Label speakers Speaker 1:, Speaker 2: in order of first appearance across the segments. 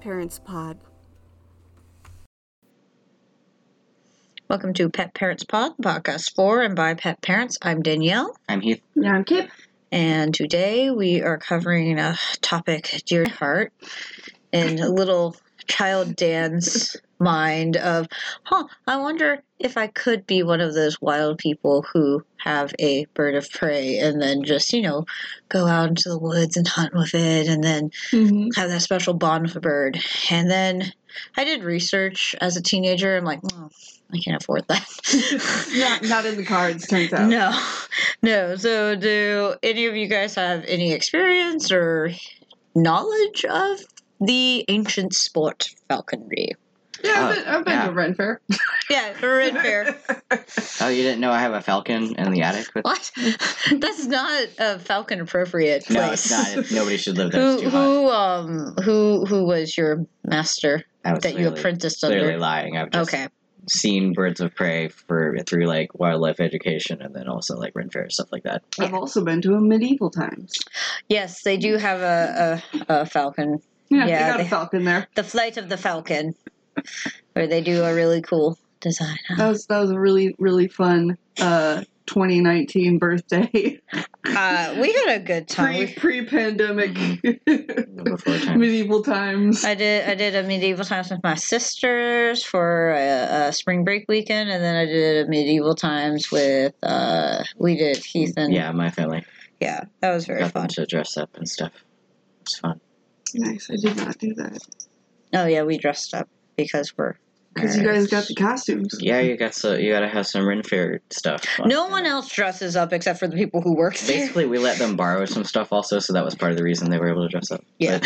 Speaker 1: Parents Pod.
Speaker 2: Welcome to Pet Parents Pod, the podcast for and by pet parents. I'm Danielle,
Speaker 3: I'm Heath.
Speaker 4: Yeah, I'm Kip.
Speaker 2: and today we are covering a topic dear to heart in little child Dan's mind of, huh, I wonder if I could be one of those wild people who have a bird of prey and then just, you know, go out into the woods and hunt with it and then
Speaker 4: Mm-hmm.
Speaker 2: have that special bond with a bird. And then I did research as a teenager. I'm like, well, I can't afford that.
Speaker 4: Not, not in the cards, turns out.
Speaker 2: No, no. So, do any of you guys have any experience or knowledge of the ancient sport falconry?
Speaker 4: Yeah,
Speaker 3: Oh,
Speaker 4: I've been, I've been
Speaker 3: yeah.
Speaker 4: to Ren Fair.
Speaker 2: Yeah, red Uh, fair.
Speaker 3: Oh, you didn't know I have a falcon in the attic? With-
Speaker 2: What? That's not a falcon appropriate place.
Speaker 3: no, it's not. It's- Nobody should live there. It's
Speaker 2: Who
Speaker 3: too hot.
Speaker 2: who um who who was your master
Speaker 3: I was
Speaker 2: that you
Speaker 3: clearly-
Speaker 2: apprenticed
Speaker 3: Clearly
Speaker 2: under?
Speaker 3: lying. I've just
Speaker 2: Okay,
Speaker 3: seen birds of prey for through like wildlife education and then also like Ren Fair and stuff like that.
Speaker 4: I've also been to a medieval times.
Speaker 2: yes, they do have a a, a falcon
Speaker 4: Yeah,
Speaker 2: Yeah,
Speaker 4: they got
Speaker 2: they-
Speaker 4: a falcon there.
Speaker 2: the flight of the falcon where they do a really cool design
Speaker 4: That was that was a really really fun uh, 2019 birthday.
Speaker 2: uh, we had a good time
Speaker 4: Pre
Speaker 2: We-
Speaker 4: pre pandemic
Speaker 3: Before time.
Speaker 4: medieval times.
Speaker 2: i did i did a medieval times with my sisters for a, a spring break weekend and then i did a medieval times with uh, we did heath and
Speaker 3: Yeah, my family
Speaker 2: yeah that was very
Speaker 3: got them
Speaker 2: fun
Speaker 3: to dress up and stuff. It's fun.
Speaker 4: Nice. I did not do that
Speaker 2: oh yeah we dressed up because we're
Speaker 4: because you guys got the costumes.
Speaker 3: Yeah, you got so you gotta have some Ren Fair stuff.
Speaker 2: no one else dresses up except for the people who work there
Speaker 3: Basically, we let them borrow some stuff also, so that was part of the reason they were able to dress up.
Speaker 2: Yeah.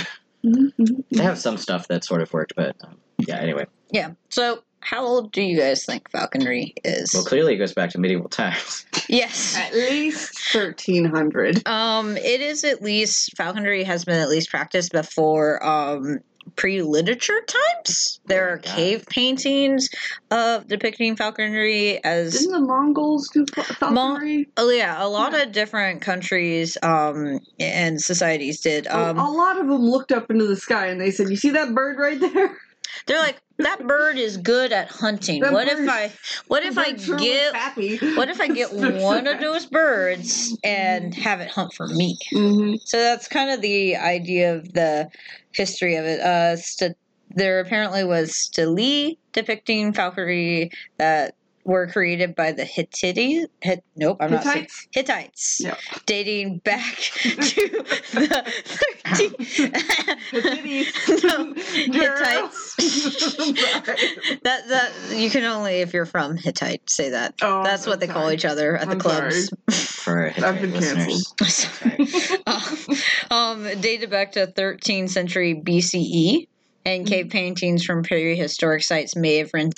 Speaker 3: But
Speaker 4: Mhm.
Speaker 3: they have some stuff that sort of worked, but um, yeah. Anyway,
Speaker 2: yeah so how old do you guys think falconry is
Speaker 3: well, clearly it goes back to medieval times.
Speaker 2: yes
Speaker 4: At least 1300.
Speaker 2: Um, it is at least falconry has been at least practiced before um pre-literature times. There
Speaker 3: Oh
Speaker 2: are
Speaker 3: my God.
Speaker 2: cave paintings of depicting falconry as
Speaker 4: Didn't the Mongols do fal-
Speaker 2: Mon-
Speaker 4: falconry?
Speaker 2: oh yeah, a lot of different countries um and societies did.
Speaker 4: A-
Speaker 2: Um
Speaker 4: a lot of them looked up into the sky and they said, "You see that bird right there?
Speaker 2: they're like that bird is good at hunting.
Speaker 4: That
Speaker 2: What if
Speaker 4: bird-
Speaker 2: I what if
Speaker 4: That
Speaker 2: I
Speaker 4: bird sure
Speaker 2: get
Speaker 4: looks happy."
Speaker 2: what if I get one of those birds and have it hunt for me?
Speaker 4: Mhm.
Speaker 2: So that's kind of the idea of the history of it. Uh, st- there apparently was stelae depicting falconry that were created by the Hittites. Hit, nope, I'm not saying
Speaker 4: Hittites?
Speaker 2: Hittites,
Speaker 4: Yeah.
Speaker 2: dating back to the
Speaker 4: Hittites.
Speaker 2: 13. No,
Speaker 4: Girl.
Speaker 2: Hittites. that that you can only if you're from Hittite say that.
Speaker 4: Oh,
Speaker 2: That's what
Speaker 4: I'm
Speaker 2: they call
Speaker 4: sorry.
Speaker 2: each other at the
Speaker 4: I'm
Speaker 2: clubs.
Speaker 3: For
Speaker 4: I've been
Speaker 3: listeners,
Speaker 2: Sorry. um, dated back to 13th century BCE, and cave paintings from prehistoric sites may have ren-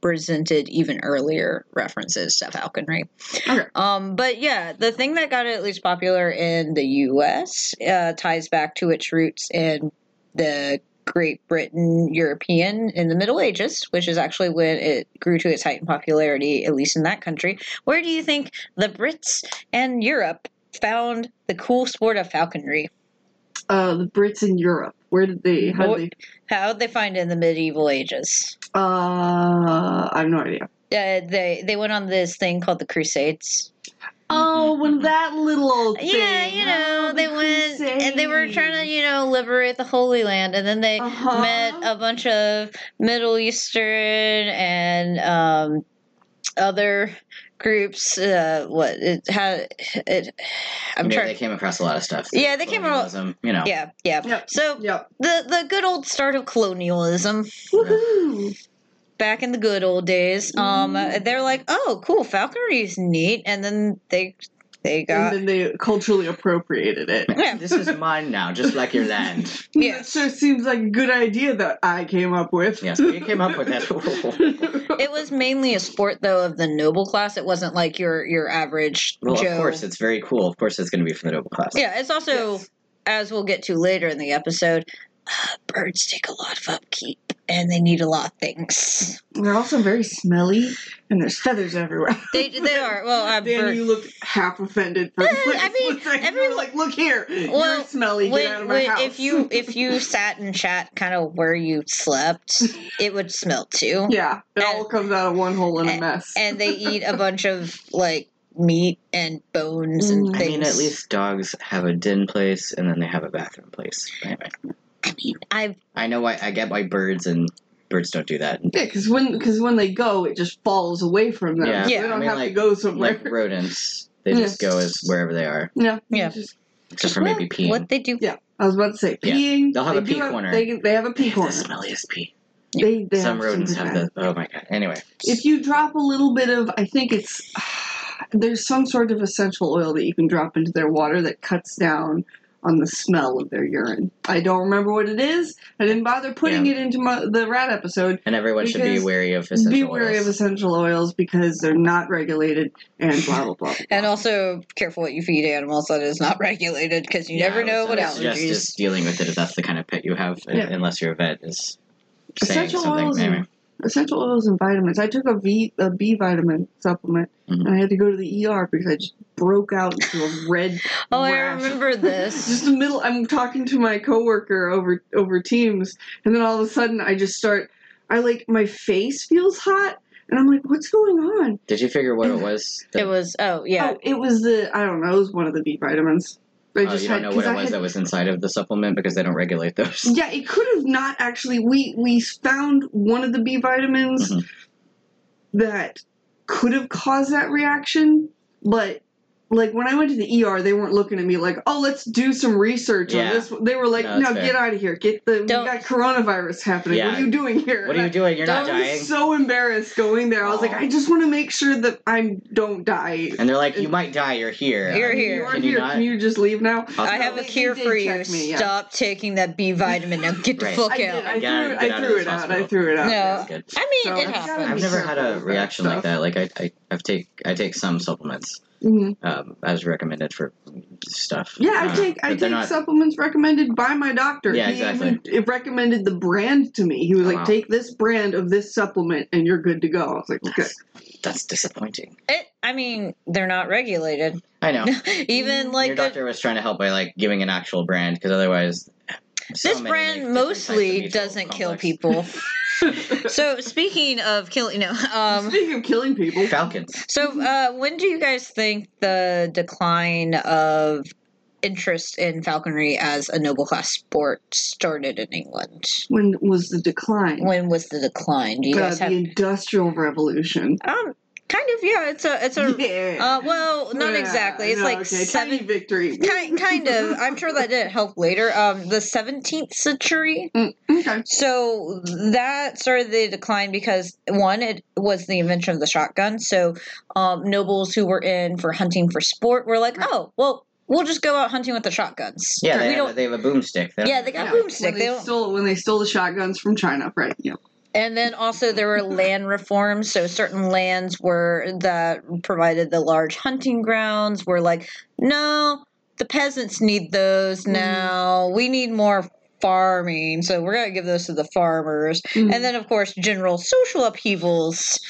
Speaker 2: represented even earlier references to falconry.
Speaker 4: Okay.
Speaker 2: Um, but yeah, the thing that got it at least popular in the U.S. Uh, ties back to its roots in the Great Britain European in the Middle Ages, which is actually when it grew to its height in popularity, at least in that country. Where do you think the Brits and Europe found the cool sport of falconry?
Speaker 4: Uh, the Brits in Europe. Where did they? How
Speaker 2: What-
Speaker 4: did they?
Speaker 2: How would they find it in the medieval ages?
Speaker 4: Uh, I have no idea.
Speaker 2: Uh, they they went on this thing called the Crusades.
Speaker 4: Oh, when that little old thing.
Speaker 2: Mm-hmm, Yeah, you know,
Speaker 4: Oh, the
Speaker 2: they went and they were trying to,
Speaker 4: Crusades.
Speaker 2: you know, liberate the Holy Land, and then they
Speaker 4: Uh-huh.
Speaker 2: met a bunch of Middle Eastern and um, other groups. Uh, what it had, it. I'm
Speaker 3: I'm sure
Speaker 2: trying.
Speaker 3: they came across a lot of stuff.
Speaker 2: Yeah, they came across-
Speaker 3: Colonialism, You know,
Speaker 2: yeah, yeah.
Speaker 4: Yep.
Speaker 2: So
Speaker 4: Yep.
Speaker 2: the the good old start of colonialism
Speaker 4: Woohoo!
Speaker 2: back in the good old days. Um,
Speaker 4: Mhm.
Speaker 2: they're like, oh, cool, falconry's neat, and then they they got.
Speaker 4: And then they culturally appropriated it.
Speaker 2: yeah,
Speaker 3: this is mine now, just like your land.
Speaker 2: Yeah.
Speaker 4: That sure seems like a good idea that I came up with.
Speaker 3: Yes, you came up with that.
Speaker 2: it was mainly a sport though of the noble class. It wasn't like your your average
Speaker 3: Well,
Speaker 2: Joe.
Speaker 3: of course, it's very cool. Of course, it's going to be for the noble class.
Speaker 2: yeah, it's also
Speaker 4: Yes.
Speaker 2: as we'll get to later in the episode. Uh, birds take a lot of upkeep. and they need a lot of things.
Speaker 4: They're also very smelly, and there's feathers everywhere.
Speaker 2: They they are well. uh, I'm
Speaker 4: Dan,
Speaker 2: burnt.
Speaker 4: you looked half offended for
Speaker 2: Eh,
Speaker 4: the
Speaker 2: I mean, every-
Speaker 4: everyone's like, look here,
Speaker 2: Well,
Speaker 4: you're smelly.
Speaker 2: When-
Speaker 4: Get out of my
Speaker 2: when-
Speaker 4: house.
Speaker 2: if you if you sat and chat kind of where you slept, it would smell too.
Speaker 4: yeah, it all comes out of one hole in a
Speaker 3: Eh,
Speaker 2: and-
Speaker 4: mess.
Speaker 2: And they eat a bunch of like meat and bones and
Speaker 4: Mm.
Speaker 2: things.
Speaker 3: I mean, at least dogs have a den place and then they have a bathroom place. Anyway,
Speaker 2: I mean, I've
Speaker 3: I know why I get why birds and birds don't do that.
Speaker 4: yeah, because when because when they go, it just falls away from them.
Speaker 3: Yeah.
Speaker 4: so
Speaker 2: Yeah.
Speaker 4: they don't
Speaker 3: I mean,
Speaker 4: have to
Speaker 3: like-
Speaker 4: go somewhere.
Speaker 3: Like rodents, they just go as wherever they are,
Speaker 4: yeah,
Speaker 2: Yeah.
Speaker 4: Just,
Speaker 3: except for
Speaker 2: well,
Speaker 3: maybe peeing.
Speaker 2: What they do?
Speaker 4: yeah. I was about to say
Speaker 3: Yeah.
Speaker 4: peeing.
Speaker 3: They'll have
Speaker 4: they
Speaker 3: a
Speaker 4: do
Speaker 3: pee corner.
Speaker 4: They, they have a
Speaker 3: They
Speaker 4: pee
Speaker 3: have the
Speaker 4: corner.
Speaker 3: smelliest pee.
Speaker 4: They, they
Speaker 3: Some rodents
Speaker 4: super
Speaker 3: have
Speaker 4: bad.
Speaker 3: the. Oh my god. Anyway,
Speaker 4: If you drop a little bit of, I think it's there's some sort of essential oil that you can drop into their water that cuts down on the smell of their urine. I don't remember what it is. I didn't bother putting
Speaker 3: Yeah.
Speaker 4: it into my, the rat episode.
Speaker 3: and everyone should be
Speaker 4: Because-
Speaker 3: wary of essential
Speaker 4: Be wary
Speaker 3: oils.
Speaker 4: of essential oils because they're not regulated and blah blah blah. blah,
Speaker 2: And
Speaker 4: blah.
Speaker 2: also careful what you feed animals that is not regulated because you
Speaker 3: Yeah,
Speaker 2: never
Speaker 3: I would-
Speaker 2: know
Speaker 3: I
Speaker 2: what
Speaker 3: would suggest
Speaker 2: allergies.
Speaker 3: just dealing with it if that's the kind of pet you have, un-
Speaker 4: Yeah.
Speaker 3: unless your vet is saying
Speaker 4: essential
Speaker 3: something.
Speaker 4: oils
Speaker 3: Anyway,
Speaker 4: and essential oils and vitamins. I took a V a B vitamin supplement
Speaker 3: Mhm.
Speaker 4: and I had to go to the ER because I just broke out into a red.
Speaker 2: Oh, I
Speaker 4: rash.
Speaker 2: remember
Speaker 4: just
Speaker 2: this.
Speaker 4: the middle i'm talking to my coworker over over teams and then all of a sudden i just start i like my face feels hot and i'm like what's going on
Speaker 3: did you figure what it was? that-
Speaker 2: it was oh yeah.
Speaker 4: oh it was the i don't know it was one of the b vitamins i
Speaker 3: oh,
Speaker 4: just
Speaker 3: you
Speaker 4: had,
Speaker 3: don't know what
Speaker 4: 'cause
Speaker 3: it
Speaker 4: I
Speaker 3: was
Speaker 4: had-
Speaker 3: that was inside of the supplement because they don't regulate those.
Speaker 4: yeah it could have not actually we we found one of the b vitamins
Speaker 3: Mhm. Mm-hmm.
Speaker 4: that could have caused that reaction but like when I went to the ER, they weren't looking at me like, "Oh, let's do some research on
Speaker 3: Yeah.
Speaker 4: this." They were like,
Speaker 3: No,
Speaker 4: "No,
Speaker 3: that's fair.
Speaker 4: get out of here. Get the we
Speaker 2: Don't-
Speaker 4: got coronavirus happening. What
Speaker 3: Yeah.
Speaker 4: are you doing here?"
Speaker 3: What
Speaker 4: And
Speaker 3: are
Speaker 4: I-
Speaker 3: you doing? You're not
Speaker 2: Don't-
Speaker 4: I
Speaker 3: dying.
Speaker 4: was so embarrassed going there. I was like,
Speaker 3: Aw.
Speaker 4: I just want to make sure that I don't die.
Speaker 3: And they're like, you might die. You're here.
Speaker 2: You're
Speaker 4: You
Speaker 2: here.
Speaker 4: are
Speaker 3: Can you
Speaker 4: here.
Speaker 3: not-
Speaker 4: Can you just leave now?
Speaker 3: I'll-
Speaker 2: I have
Speaker 4: they-
Speaker 2: a
Speaker 4: they
Speaker 2: cure
Speaker 4: Oh, did
Speaker 2: for you.
Speaker 4: check me, yeah.
Speaker 2: Stop taking that B vitamin now. Get the
Speaker 3: Right.
Speaker 2: fuck
Speaker 4: I did.
Speaker 2: out.
Speaker 4: I
Speaker 3: Get out-
Speaker 4: threw,
Speaker 3: get out
Speaker 4: I
Speaker 3: of
Speaker 4: threw
Speaker 3: this
Speaker 4: it out.
Speaker 3: hospital.
Speaker 4: I threw it out.
Speaker 2: No.
Speaker 3: That's good.
Speaker 2: I mean,
Speaker 4: So
Speaker 2: it
Speaker 4: it's gotta
Speaker 2: happens.
Speaker 3: I've
Speaker 4: be
Speaker 3: never had a
Speaker 4: careful with that
Speaker 3: reaction like
Speaker 4: stuff.
Speaker 3: that. Like I, I, I've take I take some supplements
Speaker 4: Mhm.
Speaker 3: um, as recommended for stuff.
Speaker 4: Yeah,
Speaker 3: Uh,
Speaker 4: I take I
Speaker 3: but they're
Speaker 4: take
Speaker 3: not-
Speaker 4: supplements recommended by my doctor.
Speaker 3: Yeah,
Speaker 4: he
Speaker 3: exactly.
Speaker 4: even it recommended the brand to me. He was
Speaker 3: Oh,
Speaker 4: like,
Speaker 3: wow.
Speaker 4: "Take this brand of this supplement, and you're good to go." I was like, "Okay."
Speaker 3: That's disappointing.
Speaker 2: It, I mean, they're not regulated.
Speaker 3: I know.
Speaker 2: Even like
Speaker 3: Mm,
Speaker 2: uh,
Speaker 3: Your
Speaker 2: the-
Speaker 3: doctor was trying to help by like giving an actual brand because otherwise, so
Speaker 2: this
Speaker 3: many make
Speaker 2: brand
Speaker 3: different types of
Speaker 2: mostly
Speaker 3: mutual
Speaker 2: doesn't kill
Speaker 3: complex.
Speaker 2: people. so speaking of killing, no. Um,
Speaker 4: Speaking of killing people,
Speaker 3: Falcons.
Speaker 4: Mm-hmm.
Speaker 2: So, uh, when do you guys think the decline of interest in falconry as a noble class sport started in England?
Speaker 4: when was the decline?
Speaker 2: When was the decline? Do you
Speaker 4: Uh,
Speaker 2: guys have
Speaker 4: the Industrial Revolution.
Speaker 2: um kind of yeah? It's a it's a
Speaker 4: yeah.
Speaker 2: uh, well not
Speaker 4: Yeah,
Speaker 2: exactly. It's
Speaker 4: no,
Speaker 2: like
Speaker 4: okay,
Speaker 2: seven.
Speaker 4: tiny victory.
Speaker 2: Kind, kind of. I'm sure that didn't help later. Um, the 17th century.
Speaker 4: Okay.
Speaker 2: So that started the decline because one, it was the invention of the shotgun. So um, nobles who were in for hunting for sport were like, oh, well, we'll just go out hunting with the shotguns.
Speaker 3: Yeah,
Speaker 2: we
Speaker 3: they have,
Speaker 2: don't.
Speaker 3: they have a boomstick. They don't-
Speaker 2: Yeah, they got
Speaker 4: Yeah,
Speaker 2: boomstick.
Speaker 4: When
Speaker 2: They
Speaker 4: they,
Speaker 2: don't.
Speaker 4: stole when they stole the shotguns from China, right? Yeah.
Speaker 2: And then also there were land reforms. So certain lands were that provided the large hunting grounds were like, no, the peasants need those
Speaker 4: Mhm.
Speaker 2: now. We need more farming. So we're going to give those to the farmers. And then, of course, general social upheavals.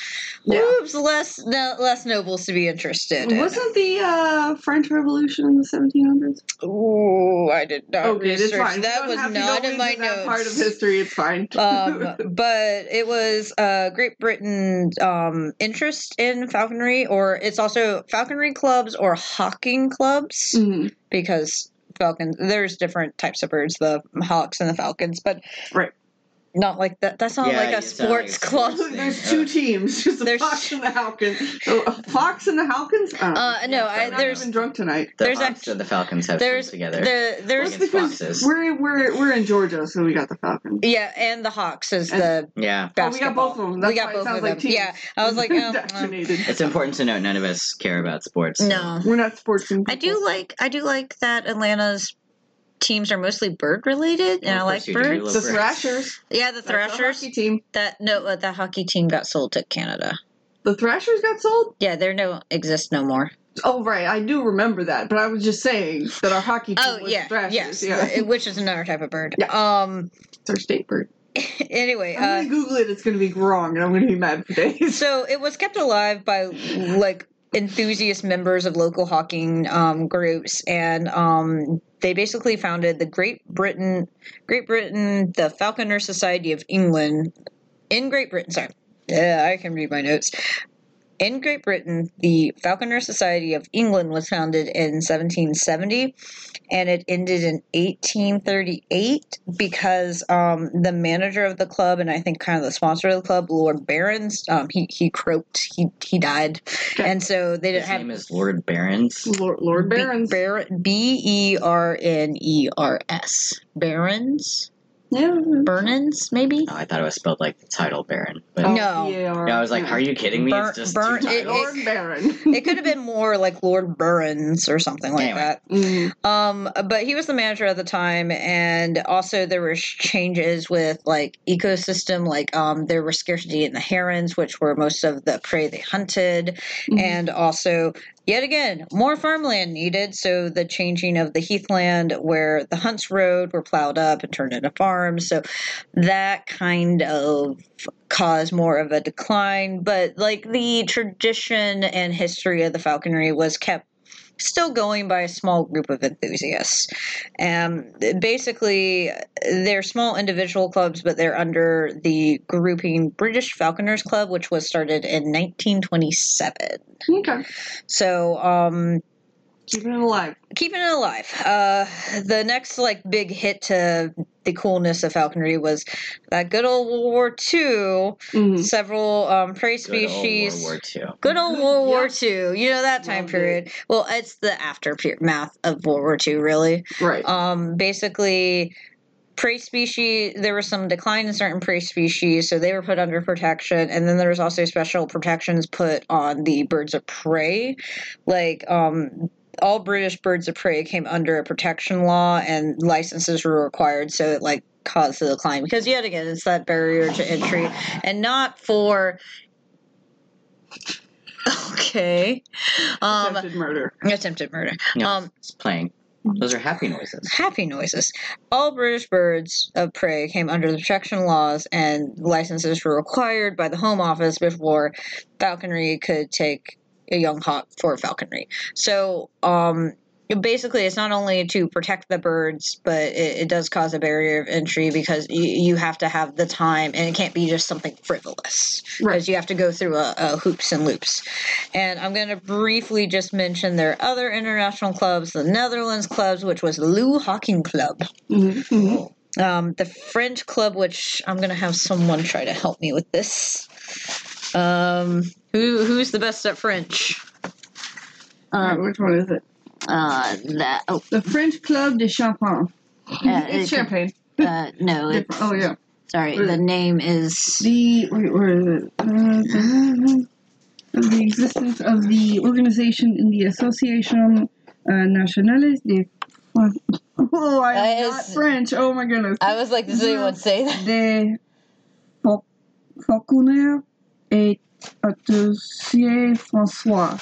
Speaker 4: Yeah.
Speaker 2: Oops, less no, less nobles to be interested. in.
Speaker 4: wasn't the uh, French Revolution in the 1700s?
Speaker 2: Ooh, I did not
Speaker 4: Okay, it's
Speaker 2: research.
Speaker 4: fine. We
Speaker 2: That
Speaker 4: don't
Speaker 2: was
Speaker 4: have to
Speaker 2: not
Speaker 4: go
Speaker 2: in my
Speaker 4: into that
Speaker 2: notes.
Speaker 4: Part of history, it's fine.
Speaker 2: um, but it was uh, Great Britain's um, interest in falconry, or it's also falconry clubs or hawking clubs
Speaker 4: Mhm.
Speaker 2: because falcons. There's different types of birds, the hawks and the falcons, but
Speaker 4: Right.
Speaker 2: Not like that. That's not
Speaker 3: Yeah,
Speaker 2: like a
Speaker 3: it sounded like a
Speaker 2: sports
Speaker 3: sports
Speaker 2: club.
Speaker 3: thing.
Speaker 4: There's two teams, just the
Speaker 2: There's-
Speaker 4: Fox and the Hawkins. Oh, a Fox and the Hawkins. I don't know.
Speaker 2: Uh, no, I,
Speaker 4: I'm not
Speaker 2: there's
Speaker 4: even drunk tonight.
Speaker 3: The
Speaker 2: There's
Speaker 3: Hawks
Speaker 2: act-
Speaker 3: and the Falcons have
Speaker 2: there's
Speaker 3: teams together.
Speaker 2: the there's
Speaker 3: Against foxes.
Speaker 4: We're we're we're in Georgia, so we got the Falcons.
Speaker 2: yeah, and the Hawks is
Speaker 4: And-
Speaker 2: the
Speaker 3: yeah,
Speaker 4: Oh, we got
Speaker 2: basketball.
Speaker 4: both of them. That's
Speaker 2: we got
Speaker 4: why it
Speaker 2: both
Speaker 4: sounds
Speaker 2: of them.
Speaker 4: like teams.
Speaker 2: Yeah, I was like, um, um,
Speaker 4: Indoctrinated.
Speaker 3: it's important to note none of us care about sports. so-
Speaker 2: no.
Speaker 4: We're not sports.
Speaker 2: I do like I do like that Atlanta's teams are mostly bird related, and
Speaker 3: Of
Speaker 2: I
Speaker 3: course
Speaker 2: like
Speaker 3: you do. You
Speaker 2: birds.
Speaker 4: the
Speaker 3: love birds.
Speaker 4: Thrashers.
Speaker 2: Yeah, the
Speaker 4: That's our
Speaker 2: Thrashers.
Speaker 4: hockey team.
Speaker 2: That no, uh, the hockey team got sold to Canada.
Speaker 4: The Thrashers got sold.
Speaker 2: Yeah, they no exist no more.
Speaker 4: Oh right, I do remember that, but I was just saying that our hockey team
Speaker 2: Oh
Speaker 4: was
Speaker 2: yeah,
Speaker 4: Thrashers.
Speaker 2: yes,
Speaker 4: yeah,
Speaker 2: uh, which is another type of bird. Um,
Speaker 4: it's our state bird.
Speaker 2: anyway,
Speaker 4: I'm gonna
Speaker 2: uh,
Speaker 4: Google it. It's gonna be wrong, and I'm gonna be mad for days.
Speaker 2: so it was kept alive by like enthusiast members of local hawking um, groups, and um, they basically founded the Great Britain, Great Britain, the Falconer Society of England in Great Britain. Sorry, yeah, I can read my notes. In Great Britain, the Falconer Society of England was founded in 1770 and it ended in 1838 because um, the manager of the club and I think kind of the sponsor of the club, Lord Barons, um, he, he croaked, he, he died. And so they didn't
Speaker 3: His
Speaker 2: have.
Speaker 3: name is Lord Barons. Oh,
Speaker 4: Lord, Lord Barons.
Speaker 2: B E R N E R S. Barons?
Speaker 4: yeah.
Speaker 2: Burnins, maybe?
Speaker 3: Oh, I thought it was spelled like the title Baron. But
Speaker 4: Oh,
Speaker 2: No.
Speaker 4: yeah,
Speaker 3: yeah, I was like, are you kidding me?
Speaker 2: Burn-
Speaker 3: it's just
Speaker 2: burn-
Speaker 3: two
Speaker 2: it-
Speaker 3: titles.
Speaker 4: Lord Baron.
Speaker 2: It could have been more like Lord Burns or something like
Speaker 3: Anyway.
Speaker 2: that.
Speaker 4: Mm.
Speaker 2: Um, but he was the manager at the time, and also there were sh- changes with like ecosystem, like um, there were scarcity in the herons, which were most of the prey they hunted,
Speaker 4: Mhm.
Speaker 2: and also yet again more farmland needed. So the changing of the heathland where the hunts road were plowed up and turned into farms. So that kind of caused more of a decline. But like the tradition and history of the falconry was kept still going by a small group of enthusiasts. Um, basically, they're small individual clubs, but they're under the grouping British Falconers Club, which was started in 1927.
Speaker 4: Okay.
Speaker 2: So, um,
Speaker 4: Keeping it alive.
Speaker 2: keeping it alive. Uh, the next like big hit to the coolness of falconry was that good old World War II.
Speaker 4: Mhm.
Speaker 2: Several um, prey
Speaker 3: Good old World
Speaker 2: species.
Speaker 3: War II.
Speaker 2: Good old World War
Speaker 4: Yeah.
Speaker 2: II. You know that time
Speaker 4: Loved it.
Speaker 2: period. Well, it's the aftermath of World War II, really.
Speaker 4: Right.
Speaker 2: Um, basically, prey species. There was some decline in certain prey species, so they were put under protection. And then there was also special protections put on the birds of prey, like um. All British birds of prey came under a protection law, and licenses were required, so it like caused the decline. Because yet again, it's that barrier to entry, and not for okay, um,
Speaker 4: Attempted murder.
Speaker 2: attempted murder.
Speaker 3: No,
Speaker 2: Um,
Speaker 3: it's playing. Those are happy noises.
Speaker 2: happy noises. All British birds of prey came under the protection laws, and licenses were required by the Home Office before falconry could take a young hawk for falconry. So, um, basically, it's not only to protect the birds, but it, it does cause a barrier of entry because you, you have to have the time, and it can't be just something frivolous because
Speaker 4: Right.
Speaker 2: you have to go through a, a hoops and loops. And I'm going to briefly just mention their other international clubs, the Netherlands clubs, which was Lou Hawking Club,
Speaker 4: Mhm. Mhm.
Speaker 2: um, the French club, which I'm going to have someone try to help me with this. Um, who who's the best at French?
Speaker 4: Alright,
Speaker 2: Um,
Speaker 4: which one is it?
Speaker 2: uh, that oh,
Speaker 4: The French Club de Champagne.
Speaker 2: Yeah,
Speaker 4: it's
Speaker 2: it's-
Speaker 4: champagne.
Speaker 2: uh, no,
Speaker 4: Different.
Speaker 2: it's,
Speaker 4: Oh yeah.
Speaker 2: sorry, the name is
Speaker 4: The wait, where is it? Uh, of the existence of the organization in the Association uh, Nationales de. Oh, I
Speaker 2: That
Speaker 4: am not
Speaker 2: is-
Speaker 4: French. Oh my goodness.
Speaker 2: I was like, does anyone say that?
Speaker 4: de Fal- Falconer et Associé François.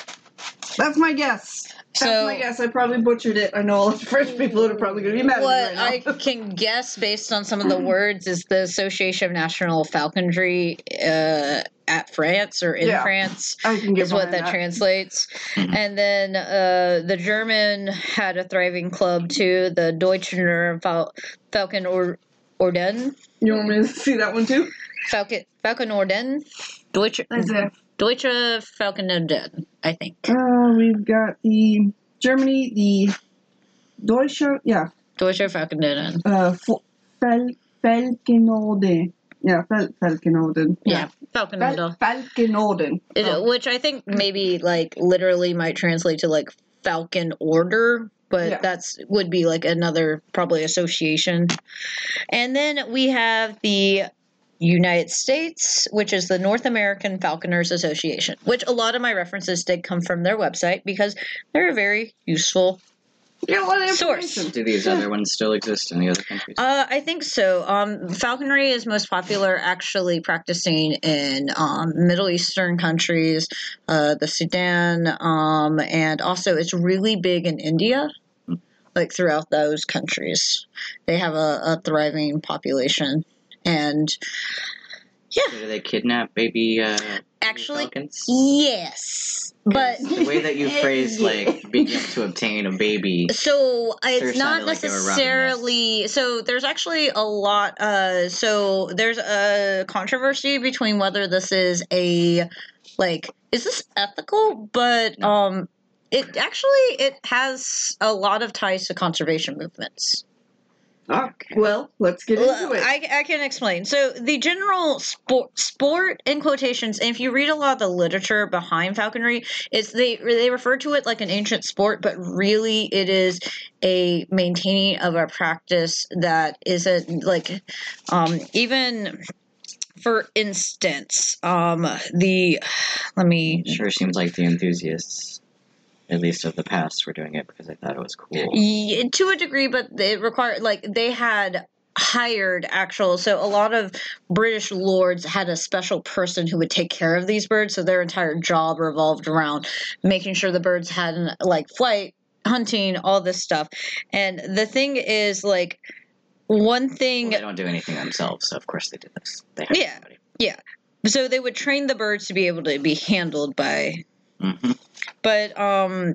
Speaker 4: That's my guess. That's
Speaker 2: So-
Speaker 4: my guess. I probably butchered it. I know all the French people that are probably going to be mad
Speaker 2: what
Speaker 4: at me right now.
Speaker 2: I can guess based on some of the words is the Association of National Falconry uh, at France or in
Speaker 4: Yeah.
Speaker 2: France
Speaker 4: I, can get
Speaker 2: is what
Speaker 4: behind
Speaker 2: that, translates.
Speaker 3: Mhm.
Speaker 2: And then uh, the German had a thriving club too, the Deutscher Fal- Falcon or- Orden.
Speaker 4: You want me to see that one too?
Speaker 2: Falcon, Falcon Orden? Deutsche,
Speaker 4: That's it.
Speaker 2: Deutsche Falcon Orden, I think.
Speaker 4: Uh, we've got the Germany, the Deutsche, yeah,
Speaker 2: Deutsche Falcon Orden.
Speaker 4: uh, Fo- Fel, Falkenorden. Yeah, Fel, Falkenorden.
Speaker 2: Yeah, Falcon Orden.
Speaker 4: Fel, Falkenorden.
Speaker 2: It,
Speaker 4: Oh.
Speaker 2: Which I think maybe like literally might translate to like Falcon Order, but
Speaker 4: Yeah.
Speaker 2: that's would be like another probably association. And then we have the United States, which is the North American Falconers Association, which a lot of my references did come from their website because they're a very useful.
Speaker 4: Yeah, what
Speaker 2: Source.
Speaker 4: information.
Speaker 3: Do these other ones still exist in the other countries?
Speaker 2: Uh, I think so. Um, falconry is most popular actually practicing in um, Middle Eastern countries, uh, the Sudan, um, and also it's really big in India, like throughout those countries. They have a, a thriving population. And
Speaker 3: So do they kidnap baby uh,
Speaker 2: actually,
Speaker 3: falcons?
Speaker 2: yes, but
Speaker 3: 'Cause the way that you phrase like begin to obtain a baby.
Speaker 2: So
Speaker 3: it
Speaker 2: it's not
Speaker 3: sounded like they were robbing us.
Speaker 2: necessarily so there's actually a lot uh so there's a controversy between whether this is a like is this ethical but
Speaker 3: No.
Speaker 2: um it actually it has a lot of ties to conservation movements.
Speaker 4: Ah, well, let's get
Speaker 2: Well,
Speaker 4: into it.
Speaker 2: I, I can explain. So the general sport, sport in quotations, and if you read a lot of the literature behind falconry, it's they they refer to it like an ancient sport, but really it is a maintaining of a practice that isn't like um, even. For instance, um, the let me
Speaker 3: It sure seems like the enthusiasts, at least of the past, were doing it because they thought it was cool.
Speaker 2: Yeah, to a degree, but it required like they had hired actual so a lot of british lords had a special person who would take care of these birds so their entire job revolved around making sure the birds had like flight hunting all this stuff and the thing is like one
Speaker 3: Well,
Speaker 2: thing
Speaker 3: they don't do anything themselves, so of course they did this. They had
Speaker 2: Yeah.
Speaker 3: somebody.
Speaker 2: so they would train the birds to be able to be handled by
Speaker 3: Mhm.
Speaker 2: but um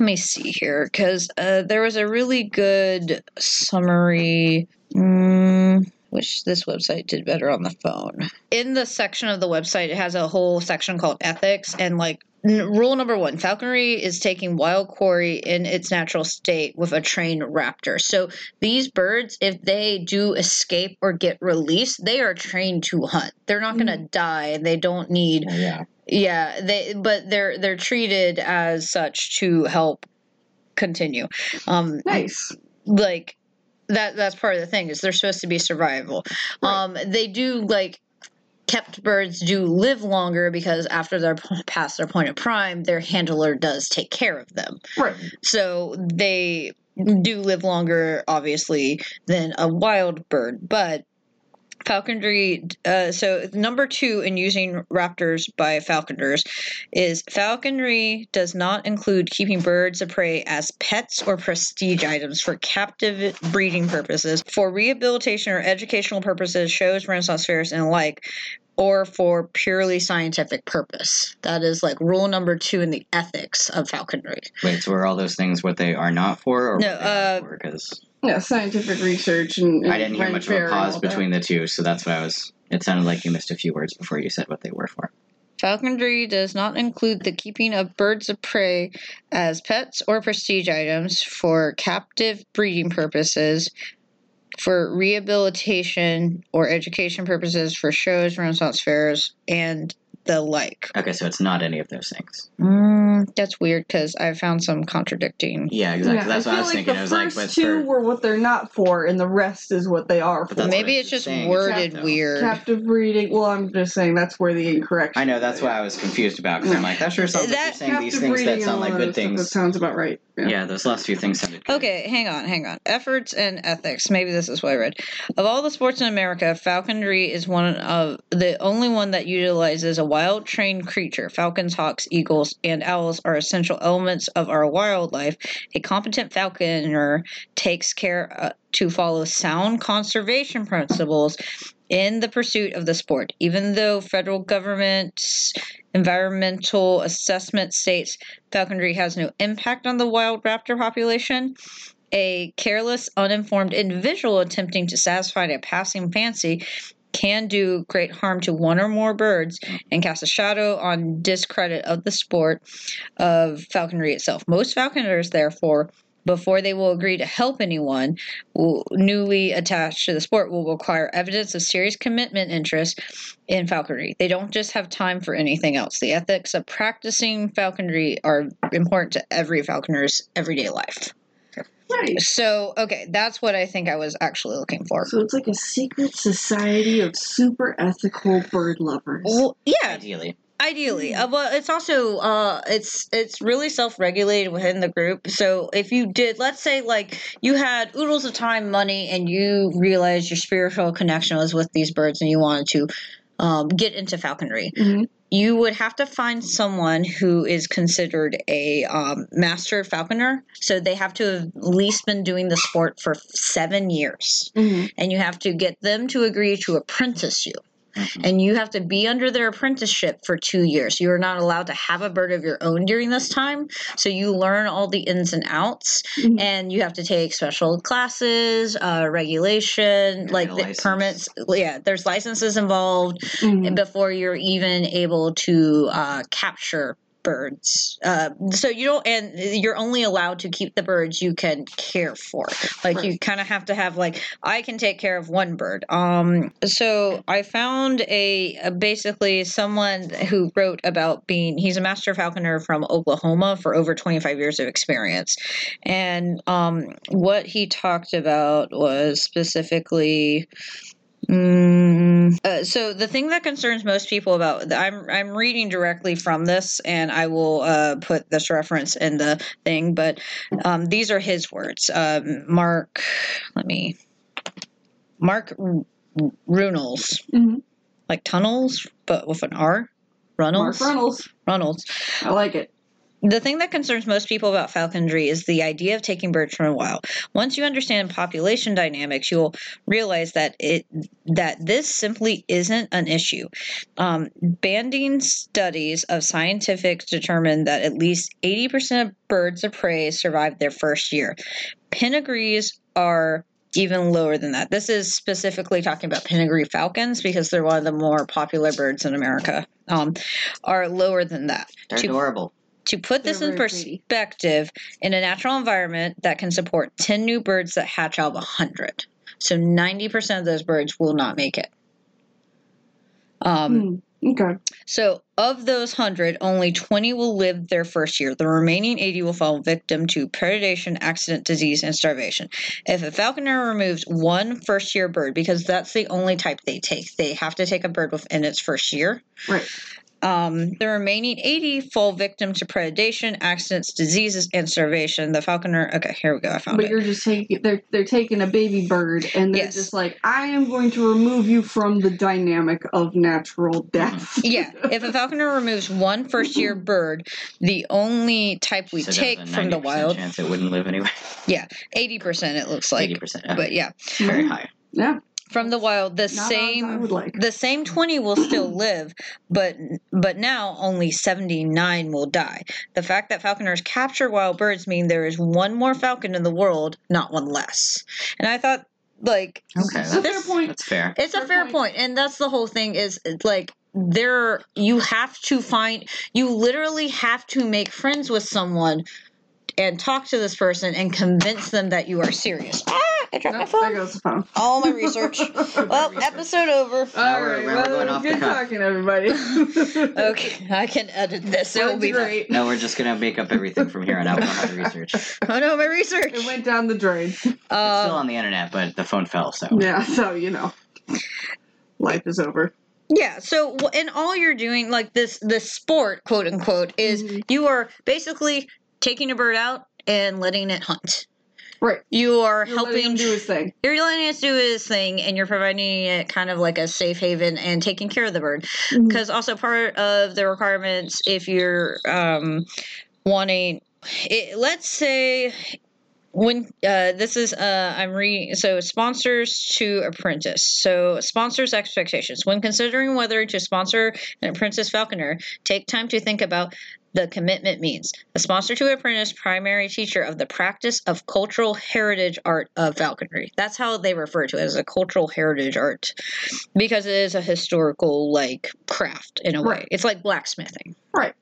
Speaker 2: let me see here because uh, there was a really good summary mm, wish this website did better on the phone in the section of the website it has a whole section called ethics and like n- rule number one falconry is taking wild quarry in its natural state with a trained raptor so these birds if they do escape or get released they are trained to hunt they're not going to die and they don't need
Speaker 3: Well, yeah.
Speaker 2: yeah, they but they're they're treated as such to help continue. Um
Speaker 4: nice.
Speaker 2: like that that's part of the thing is they're supposed to be survival. Um they do like kept birds do live longer because after they're p- past their point of prime, their handler does take care of them.
Speaker 4: Right.
Speaker 2: So they do live longer, obviously, than a wild bird. But falconry, uh, so number two in using raptors by falconers is falconry does not include keeping birds of prey as pets or prestige items for captive breeding purposes, for rehabilitation or educational purposes, shows, Renaissance fairs, and the like. Or for purely scientific purpose. That is like rule number two in the ethics of falconry.
Speaker 3: Wait, so are all those things what they are not for, or
Speaker 2: No,
Speaker 3: what they are
Speaker 2: uh,
Speaker 3: for? Because
Speaker 4: Yeah, scientific research and, and
Speaker 3: I didn't hear
Speaker 4: Ren
Speaker 3: much
Speaker 4: Fair
Speaker 3: of a
Speaker 4: and
Speaker 3: pause
Speaker 4: all that.
Speaker 3: between the two, so that's what I was. It sounded like you missed a few words before you said what they were for.
Speaker 2: Falconry does not include the keeping of birds of prey as pets or prestige items for captive breeding purposes, for rehabilitation or education purposes, for shows, Renaissance fairs, and the like.
Speaker 3: Okay, so it's not any of those things.
Speaker 2: Mm, that's weird because I found some contradicting.
Speaker 3: Yeah, exactly.
Speaker 4: Yeah,
Speaker 3: that's what I
Speaker 4: feel
Speaker 3: was
Speaker 4: like
Speaker 3: thinking.
Speaker 4: The
Speaker 3: I was like,
Speaker 4: first
Speaker 3: but
Speaker 4: two
Speaker 3: for
Speaker 4: were what they're not for, and the rest is what they are
Speaker 3: But
Speaker 4: for.
Speaker 3: that's- what
Speaker 2: Maybe
Speaker 3: I
Speaker 2: it's just
Speaker 3: keep saying,
Speaker 2: worded
Speaker 3: though.
Speaker 2: weird.
Speaker 4: Captive breeding. Well, I'm just saying that's where the incorrect.
Speaker 3: I know that's why I was confused about because I'm like, that sure sounds like
Speaker 2: That-
Speaker 3: you're saying these
Speaker 4: Captive
Speaker 3: things
Speaker 4: breeding
Speaker 3: that
Speaker 4: and
Speaker 3: sound
Speaker 4: all
Speaker 3: like
Speaker 4: that
Speaker 3: good
Speaker 4: other stuff, That
Speaker 3: things.
Speaker 4: sounds about right. Yeah.
Speaker 3: Yeah, those last few things sounded good.
Speaker 2: Okay, hang on, hang on. Efforts and ethics. Maybe this is what I read. Of all the sports in America, falconry is one of the only one that utilizes a wild trained creature. Falcons, hawks, eagles, and owls are essential elements of our wildlife. A competent falconer takes care uh, to follow sound conservation principles in the pursuit of the sport. Even though federal government's environmental assessment states falconry has no impact on the wild raptor population, a careless, uninformed individual attempting to satisfy a passing fancy can do great harm to one or more birds and cast a shadow on discredit of the sport of falconry itself. Most falconers, therefore, before they will agree to help anyone will, newly attached to the sport, will require evidence of serious commitment interest in falconry. They don't just have time for anything else. The ethics of practicing falconry are important to every falconer's everyday life.
Speaker 4: Nice.
Speaker 2: So, okay, that's what I think I was actually looking for.
Speaker 4: So it's like a secret society of super ethical bird lovers.
Speaker 2: Well, yeah,
Speaker 3: Ideally,
Speaker 2: Ideally,
Speaker 4: Mm.
Speaker 2: uh, well, it's also uh, it's it's really self-regulated within the group. So if you did, let's say, like you had oodles of time, money, and you realized your spiritual connection was with these birds, and you wanted to um, get into falconry,
Speaker 4: Mhm.
Speaker 2: you would have to find someone who is considered a um, master falconer. So they have to have at least been doing the sport for seven years.
Speaker 4: Mm-hmm.
Speaker 2: And you have to get them to agree to apprentice you.
Speaker 3: Mhm.
Speaker 2: And you have to be under their apprenticeship for two years. You are not allowed to have a bird of your own during this time. So you learn all the ins and outs.
Speaker 4: Mhm.
Speaker 2: And you have to take special classes, uh, regulation,
Speaker 3: And
Speaker 2: like
Speaker 3: a
Speaker 2: the
Speaker 3: license.
Speaker 2: permits. Yeah, there's licenses involved
Speaker 4: Mhm.
Speaker 2: before you're even able to uh, capture birds. Uh, so you don't, and you're only allowed to keep the birds you can care for. Like you kind of have to have like I can take care of one bird. Um, so I found a, a basically someone who wrote about being he's a master falconer from Oklahoma for over 25 years of experience, and um, what he talked about was specifically. Mm, uh, so the thing that concerns most people about I'm I'm reading directly from this, and I will uh, put this reference in the thing. But um, these are his words. Um, Mark, let me. Mark R- Runels,
Speaker 4: Mhm.
Speaker 2: like tunnels, but with an R.
Speaker 4: Mark
Speaker 2: Runnels.
Speaker 4: Reynolds.
Speaker 2: Runnels.
Speaker 4: I like it.
Speaker 2: The thing that concerns most people about falconry is the idea of taking birds from a wild. Once you understand population dynamics, you'll realize that it that this simply isn't an issue. Um, banding studies of scientifics determined that at least eighty percent of birds of prey survive their first year. Pinagrees are even lower than that. This is specifically talking about pedigree falcons because they're one of the more popular birds in America. Um, are lower than that.
Speaker 3: They're
Speaker 2: Two-
Speaker 3: adorable.
Speaker 2: To put this
Speaker 4: They're
Speaker 2: in
Speaker 4: very pretty.
Speaker 2: perspective, in a natural environment that can support 10 new birds that hatch out of 100. So 90% of those birds will not make it. Um,
Speaker 4: Hmm. Okay.
Speaker 2: so, of those 100, only 20 will live their first year. The remaining 80 will fall victim to predation, accident, disease, and starvation. If a falconer removes one first year bird, because that's the only type they take, they have to take a bird within its first year.
Speaker 4: Right.
Speaker 2: Um, the remaining 80 fall victim to predation, accidents, diseases, and starvation. The falconer. Okay, here we go. I found
Speaker 4: But
Speaker 2: it.
Speaker 4: you're just taking they're they're taking a baby bird and they're
Speaker 2: um, Yes.
Speaker 4: just like, I am going to remove you from the dynamic of natural death.
Speaker 2: yeah, if a falconer removes one first year bird, the only type we
Speaker 3: So there's a
Speaker 2: take from the
Speaker 3: 90%
Speaker 2: wild,
Speaker 3: Chance it wouldn't live anyway.
Speaker 2: 80% it looks like.
Speaker 3: Eighty percent. Okay.
Speaker 2: but yeah
Speaker 3: very high.
Speaker 2: from the wild the
Speaker 4: Mm-hmm. Not odds I
Speaker 2: same
Speaker 4: would like.
Speaker 2: the same 20 will still live but but now only 79 will die the fact that falconers capture wild birds mean there is one more falcon in the world not one less and i thought like
Speaker 3: Okay,
Speaker 4: So
Speaker 3: that's,
Speaker 4: fair point.
Speaker 3: that's fair.
Speaker 2: it's a
Speaker 4: Oh, Fair
Speaker 2: fair
Speaker 4: point.
Speaker 2: point, and that's the whole thing is like there you have to find you literally have to make friends with someone and talk to this person and convince them that you are serious ah i dropped my
Speaker 4: Nope, there
Speaker 2: phone
Speaker 4: goes the phone.
Speaker 2: all my research well
Speaker 3: research.
Speaker 2: episode over
Speaker 3: Now
Speaker 4: All
Speaker 3: we're-
Speaker 4: right,
Speaker 3: we're
Speaker 4: well,
Speaker 3: going
Speaker 4: it was
Speaker 3: off the
Speaker 4: good
Speaker 3: cuff.
Speaker 4: talking, everybody.
Speaker 2: Okay, I can edit this. It will
Speaker 4: Sounds
Speaker 2: be fine.
Speaker 4: great.
Speaker 3: No, we're just gonna make up everything from here on out. We don't have to research. It's
Speaker 2: Oh no, my research.
Speaker 4: It went down the drain.
Speaker 3: still
Speaker 2: Um,
Speaker 3: on the internet, but the phone fell.
Speaker 2: Oh.
Speaker 3: So
Speaker 4: Yeah, so you know, life is over.
Speaker 2: yeah. So, wh- and all you're doing, like this, this sport, quote unquote, is
Speaker 4: Mhm.
Speaker 2: you are basically taking a bird out and letting it hunt.
Speaker 4: Right.
Speaker 2: You are
Speaker 4: You're letting him
Speaker 2: helping.
Speaker 4: do his thing.
Speaker 2: You're letting it do its thing, and you're providing it kind of like a safe haven and taking care of the bird.
Speaker 4: Mm-hmm.
Speaker 2: because also part of the requirements if you're um, wanting it, let's say when uh, this is uh, i'm reading so sponsors to apprentice so sponsors expectations when considering whether to sponsor an apprentice falconer take time to think about the commitment means a sponsor to apprentice primary teacher of the practice of cultural heritage art of falconry that's how they refer to it as a cultural heritage art because it is a historical like craft in a way
Speaker 4: Right.
Speaker 2: it's like blacksmithing
Speaker 4: Right.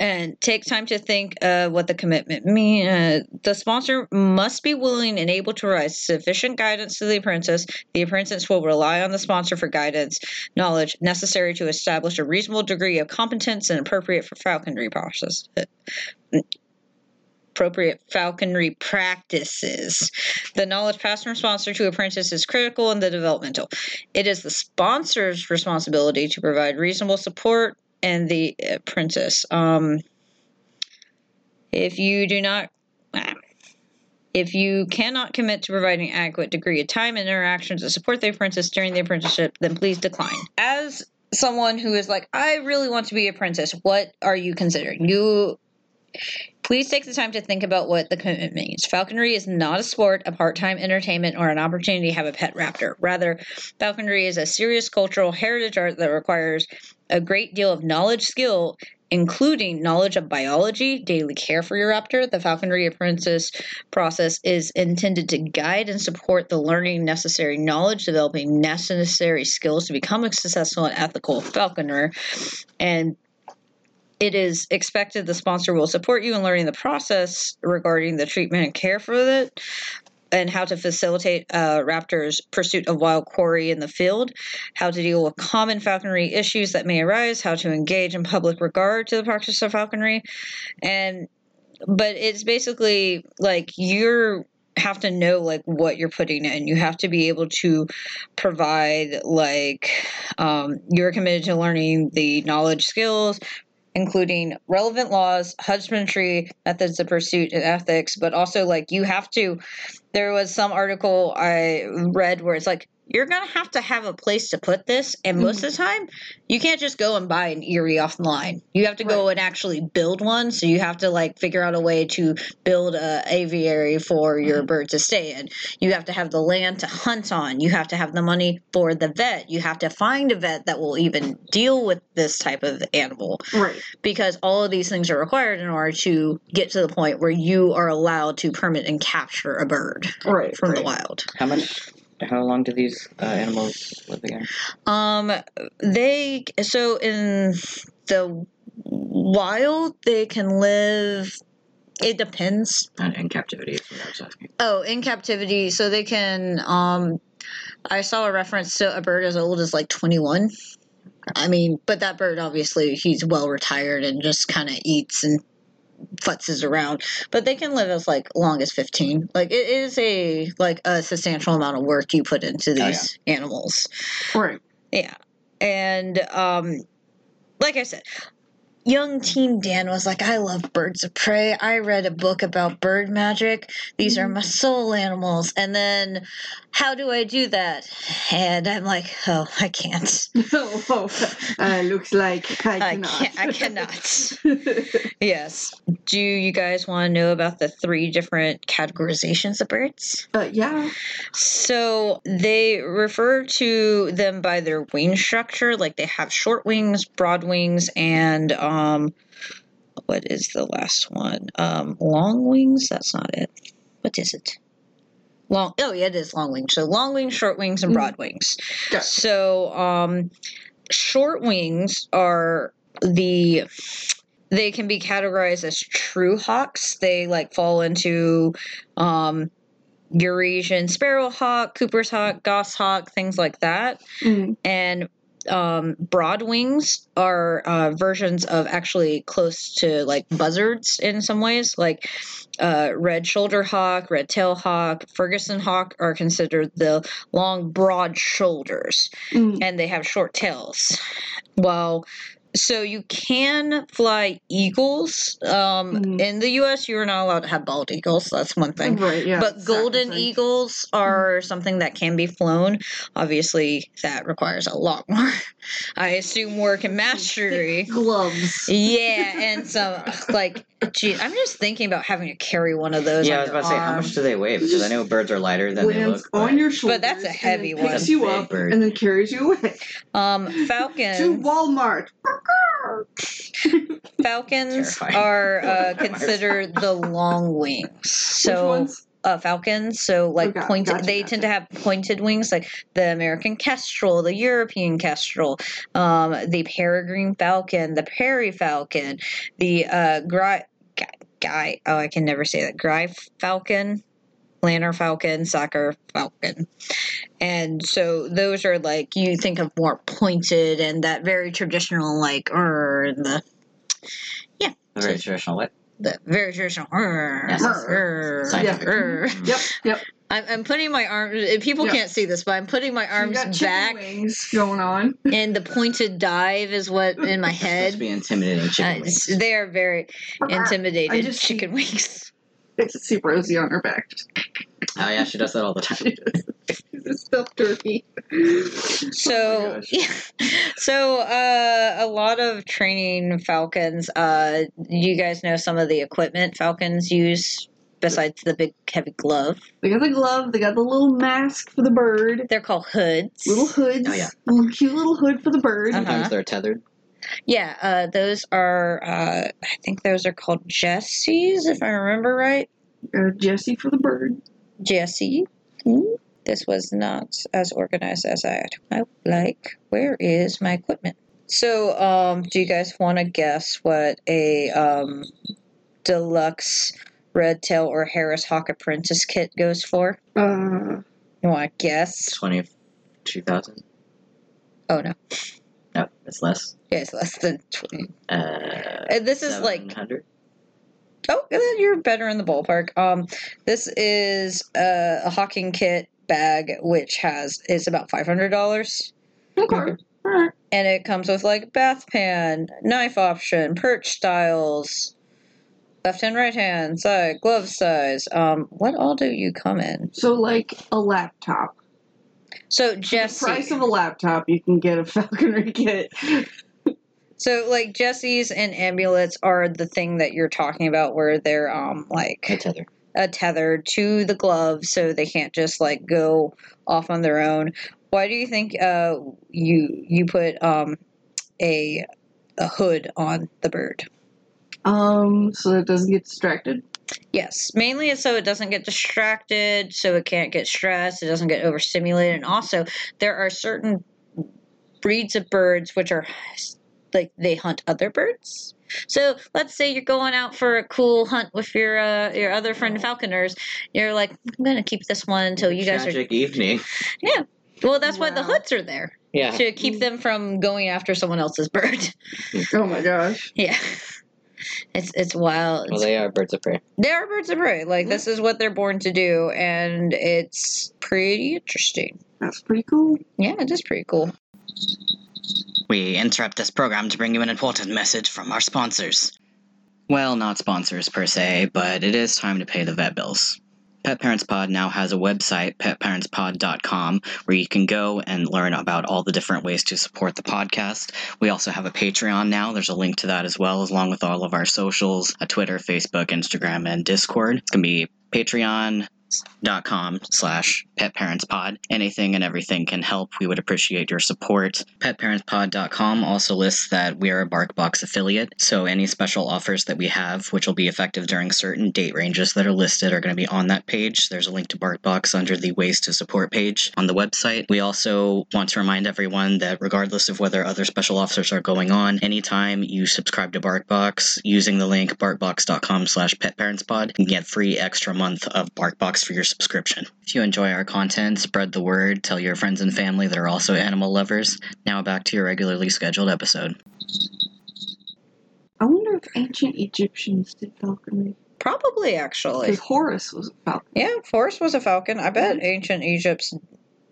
Speaker 2: and take time to think uh, what the commitment means. Uh, the sponsor must be willing and able to provide sufficient guidance to the apprentice. The apprentice will rely on the sponsor for guidance, knowledge necessary to establish a reasonable degree of competence and appropriate for falconry process. uh, Appropriate falconry practices. The knowledge passed from sponsor to apprentice is critical in the developmental. It is the sponsor's responsibility to provide reasonable support and the apprentice. Um, if you do not, ah, if you cannot commit to providing adequate degree of time and interaction to support the apprentice during the apprenticeship, then please decline. As someone who is like, I really want to be a princess, what are you considering? You please take the time to think about what the commitment means. Falconry is not a sport, a part-time entertainment, or an opportunity to have a pet raptor. Rather, falconry is a serious cultural heritage art that requires a great deal of knowledge, skill, including knowledge of biology, daily care for your raptor. The falconry apprentice process is intended to guide and support the learning necessary knowledge, developing necessary skills to become a successful and ethical falconer, and it is expected the sponsor will support you in learning the process regarding the treatment and care for it and how to facilitate uh, raptors pursuit of wild quarry in the field how to deal with common falconry issues that may arise how to engage in public regard to the practice of falconry and but it's basically like you're have to know like what you're putting in you have to be able to provide like um, you're committed to learning the knowledge skills including relevant laws, husbandry, methods of pursuit, and ethics. But also, like, you have to. There was some article I read where it's like, you're going to have to have a place to put this. And most of the time, you can't just go and buy an eerie offline. You have to go and actually build one. So you have to, like, figure out a way to build a aviary for your bird to stay in. You have to have the land to hunt on. You have to have the money for the vet. You have to find a vet that will even deal with this type of animal
Speaker 4: Right.
Speaker 2: because all of these things are required in order to get to the point where you are allowed to permit and capture a bird
Speaker 4: Right.
Speaker 2: from the
Speaker 4: right.
Speaker 2: wild.
Speaker 3: How much? How long do these uh, animals live again?
Speaker 2: Um, they so in the wild they can live. It depends
Speaker 3: Not in captivity is what I was asking.
Speaker 2: Oh, in captivity, so they can. Um, I saw a reference to a bird as old as like twenty one. I mean, but that bird obviously he's well retired and just kind of eats and futzes around. But they can live as like long as fifteen. Like it is a like a substantial amount of work you put into
Speaker 3: yeah.
Speaker 2: these animals.
Speaker 4: Right.
Speaker 2: Yeah. And um like I said, young teen Dan was like, I love birds of prey. I read a book about bird magic. These
Speaker 4: Mm-hmm.
Speaker 2: are my soul animals. And then how do I do that? And I'm like, oh, I can't.
Speaker 4: oh, uh, looks like I
Speaker 2: I
Speaker 4: cannot.
Speaker 2: can't I cannot. yes. Do you guys want to know about the three different categorizations of birds?
Speaker 4: uh, yeah.
Speaker 2: So they refer to them by their wing structure, like they have short wings, broad wings, and um, what is the last one? Um, long wings. That's not it. What is it? Long. Oh, yeah, it is long wings. So long wings, short wings, and
Speaker 4: Mhm.
Speaker 2: broad wings.
Speaker 4: Gotcha.
Speaker 2: So um, short wings are the they can be categorized as true hawks. They like fall into um, Eurasian sparrowhawk, Cooper's hawk, goshawk, things like that.
Speaker 4: Mm.
Speaker 2: And um, broad wings are uh, versions of actually close to like buzzards in some ways, like uh, red shoulder hawk, red tail hawk, Ferguson hawk are considered the long, broad shoulders
Speaker 4: Mm.
Speaker 2: and they have short tails. Well, so you can fly eagles. Um,
Speaker 4: Mhm.
Speaker 2: In the U.S., you are not allowed to have bald eagles. That's one thing.
Speaker 4: Right. Yeah.
Speaker 2: But golden
Speaker 4: Sacrifice.
Speaker 2: eagles
Speaker 4: Hmm.
Speaker 2: are something that can be flown. Obviously, that requires a lot more, I assume, work and mastery.
Speaker 4: gloves.
Speaker 2: Yeah, and some like, geez, I'm just thinking about having to carry one of those.
Speaker 3: yeah,
Speaker 2: on
Speaker 3: I was
Speaker 2: your
Speaker 3: about to say how
Speaker 2: arm.
Speaker 3: much do they weigh? Because I know birds are lighter than they
Speaker 4: Lands
Speaker 3: look. but-
Speaker 4: Um, on your shoulders.
Speaker 2: But that's a
Speaker 4: and
Speaker 2: heavy
Speaker 4: then Picks
Speaker 3: one.
Speaker 4: you
Speaker 3: Big
Speaker 4: up
Speaker 3: bird.
Speaker 4: and then carries you away
Speaker 2: Um,
Speaker 4: to
Speaker 2: falcons.
Speaker 4: Walmart.
Speaker 2: Falcons
Speaker 3: Terrifying.
Speaker 2: are uh,
Speaker 3: Am I-
Speaker 2: considered the long wings. So
Speaker 4: Which ones?
Speaker 2: uh, falcons. So like
Speaker 4: Okay,
Speaker 2: pointed,
Speaker 4: gotcha,
Speaker 2: they tend to have pointed wings, like the American kestrel, the European kestrel, um, the peregrine falcon, the prairie falcon, the uh, gri- gu- guy. Oh, I can never say that. Gry falcon, lanner falcon, soccer falcon. And so those are like you think of more pointed and that very traditional like or the
Speaker 3: The very traditional what?
Speaker 2: the very traditional. er, "Rrr,
Speaker 3: Yes.
Speaker 2: rrr,
Speaker 3: Scientific.
Speaker 2: rrr."
Speaker 4: Yep. Yep.
Speaker 2: I'm, I'm putting my arms. People
Speaker 4: Yeah.
Speaker 2: can't see this, but I'm putting my
Speaker 4: you got
Speaker 2: arms
Speaker 4: chicken
Speaker 2: back,
Speaker 4: wings going on.
Speaker 2: and the pointed dive is what in my
Speaker 3: It's supposed to
Speaker 2: head.
Speaker 3: be
Speaker 2: Uh,
Speaker 3: intimidating chicken
Speaker 2: it's-
Speaker 3: wings.
Speaker 2: they are very intimidated
Speaker 4: just see-
Speaker 2: chicken wings.
Speaker 4: I can see Rosie on her back.
Speaker 5: Oh yeah, she does that all the time.
Speaker 2: Uh-huh.
Speaker 4: It's stuffed turkey. Oh
Speaker 2: so
Speaker 5: gosh.
Speaker 2: yeah. so uh, a lot of training falcons uh, you guys know some of the equipment falcons use besides the big heavy glove
Speaker 4: They got the glove. They got the little mask for the bird.
Speaker 2: they're called hoods
Speaker 4: Little hoods.
Speaker 5: Oh, yeah.
Speaker 4: Little cute little hood for the bird.
Speaker 2: Uh-huh.
Speaker 5: Sometimes they're tethered.
Speaker 2: yeah uh, those are uh, i think those are called jessies if i remember right
Speaker 4: Or uh, Jesse for the bird.
Speaker 2: jessie hmm, this was not as organized as i would like where is my equipment so um, do you guys want to guess what a um, deluxe red tail or harris hawk apprentice kit goes for
Speaker 4: Uh,
Speaker 2: you want to guess
Speaker 5: Twenty two thousand.
Speaker 2: oh no
Speaker 5: No, it's less.
Speaker 2: yeah, it's less than 20
Speaker 5: Uh,
Speaker 2: Uh, this is like
Speaker 5: 700?
Speaker 2: Oh, then you're better in the ballpark. Um, this is uh, a, a hawking kit bag, which has is about five hundred dollars,
Speaker 4: okay.
Speaker 5: Okay.
Speaker 4: All right.
Speaker 2: and it comes with like bath pan, knife option, perch styles, left hand, right hand, side, glove size. Um, what all do you come in?
Speaker 4: So like a laptop.
Speaker 2: So
Speaker 4: The price
Speaker 2: Jesse,
Speaker 4: of a laptop, you can get a falconry kit.
Speaker 2: so like Jesse's and amulets are the thing that you're talking about, where they're um like
Speaker 5: A tether.
Speaker 2: a tether to the glove so they can't just like go off on their own. Why do you think uh, you you put um, a a hood on the bird?
Speaker 4: Um, so that it doesn't get distracted.
Speaker 2: Yes, mainly it's so it doesn't get distracted, so it can't get stressed, it doesn't get overstimulated, and also there are certain breeds of birds which are like they hunt other birds. So let's say you're going out for a cool hunt with your uh, your other
Speaker 5: Oh.
Speaker 2: friend falconers. You're like, I'm gonna keep this one until you guys are
Speaker 5: Tragic evening.
Speaker 2: Well, that's why the
Speaker 4: Wow.
Speaker 2: hoods are there
Speaker 5: Yeah.
Speaker 2: to keep them from going after someone else's bird.
Speaker 4: Oh my gosh.
Speaker 2: yeah, it's it's wild.
Speaker 5: Well, they are birds of prey.
Speaker 2: they are birds of prey. Like this is what they're born to do, and it's pretty interesting.
Speaker 4: That's pretty cool.
Speaker 2: Yeah, it is pretty cool.
Speaker 3: We interrupt this program to bring you an important message from our sponsors. Well, not sponsors per se, but it is time to pay the vet bills. Pet Parents Pod now has a website, petparentspod.com, where you can go and learn about all the different ways to support the podcast. We also have a Patreon now. There's a link to that as well, along with all of our socials a Twitter, Facebook, Instagram, and Discord. It's going to be Patreon, dot com slash pet parents pod anything and everything can help we would appreciate your support petparentspod.com also lists that we are a barkbox affiliate so any special offers that we have which will be effective during certain date ranges that are listed are going to be on that page there's a link to barkbox under the ways to support page on the website we also want to remind everyone that regardless of whether other special offers are going on anytime you subscribe to barkbox using the link barkbox.com slash petparentspod you can get free extra month of barkbox for your subscription if you enjoy our content spread the word tell your friends and family that are also animal lovers now back to your regularly scheduled episode
Speaker 4: I wonder if ancient Egyptians did falconry.
Speaker 2: Probably actually.
Speaker 4: Because Horus was a falcon.
Speaker 2: Yeah, Forrest was a falcon. I
Speaker 4: Mm-hmm.
Speaker 2: bet ancient Egypt's.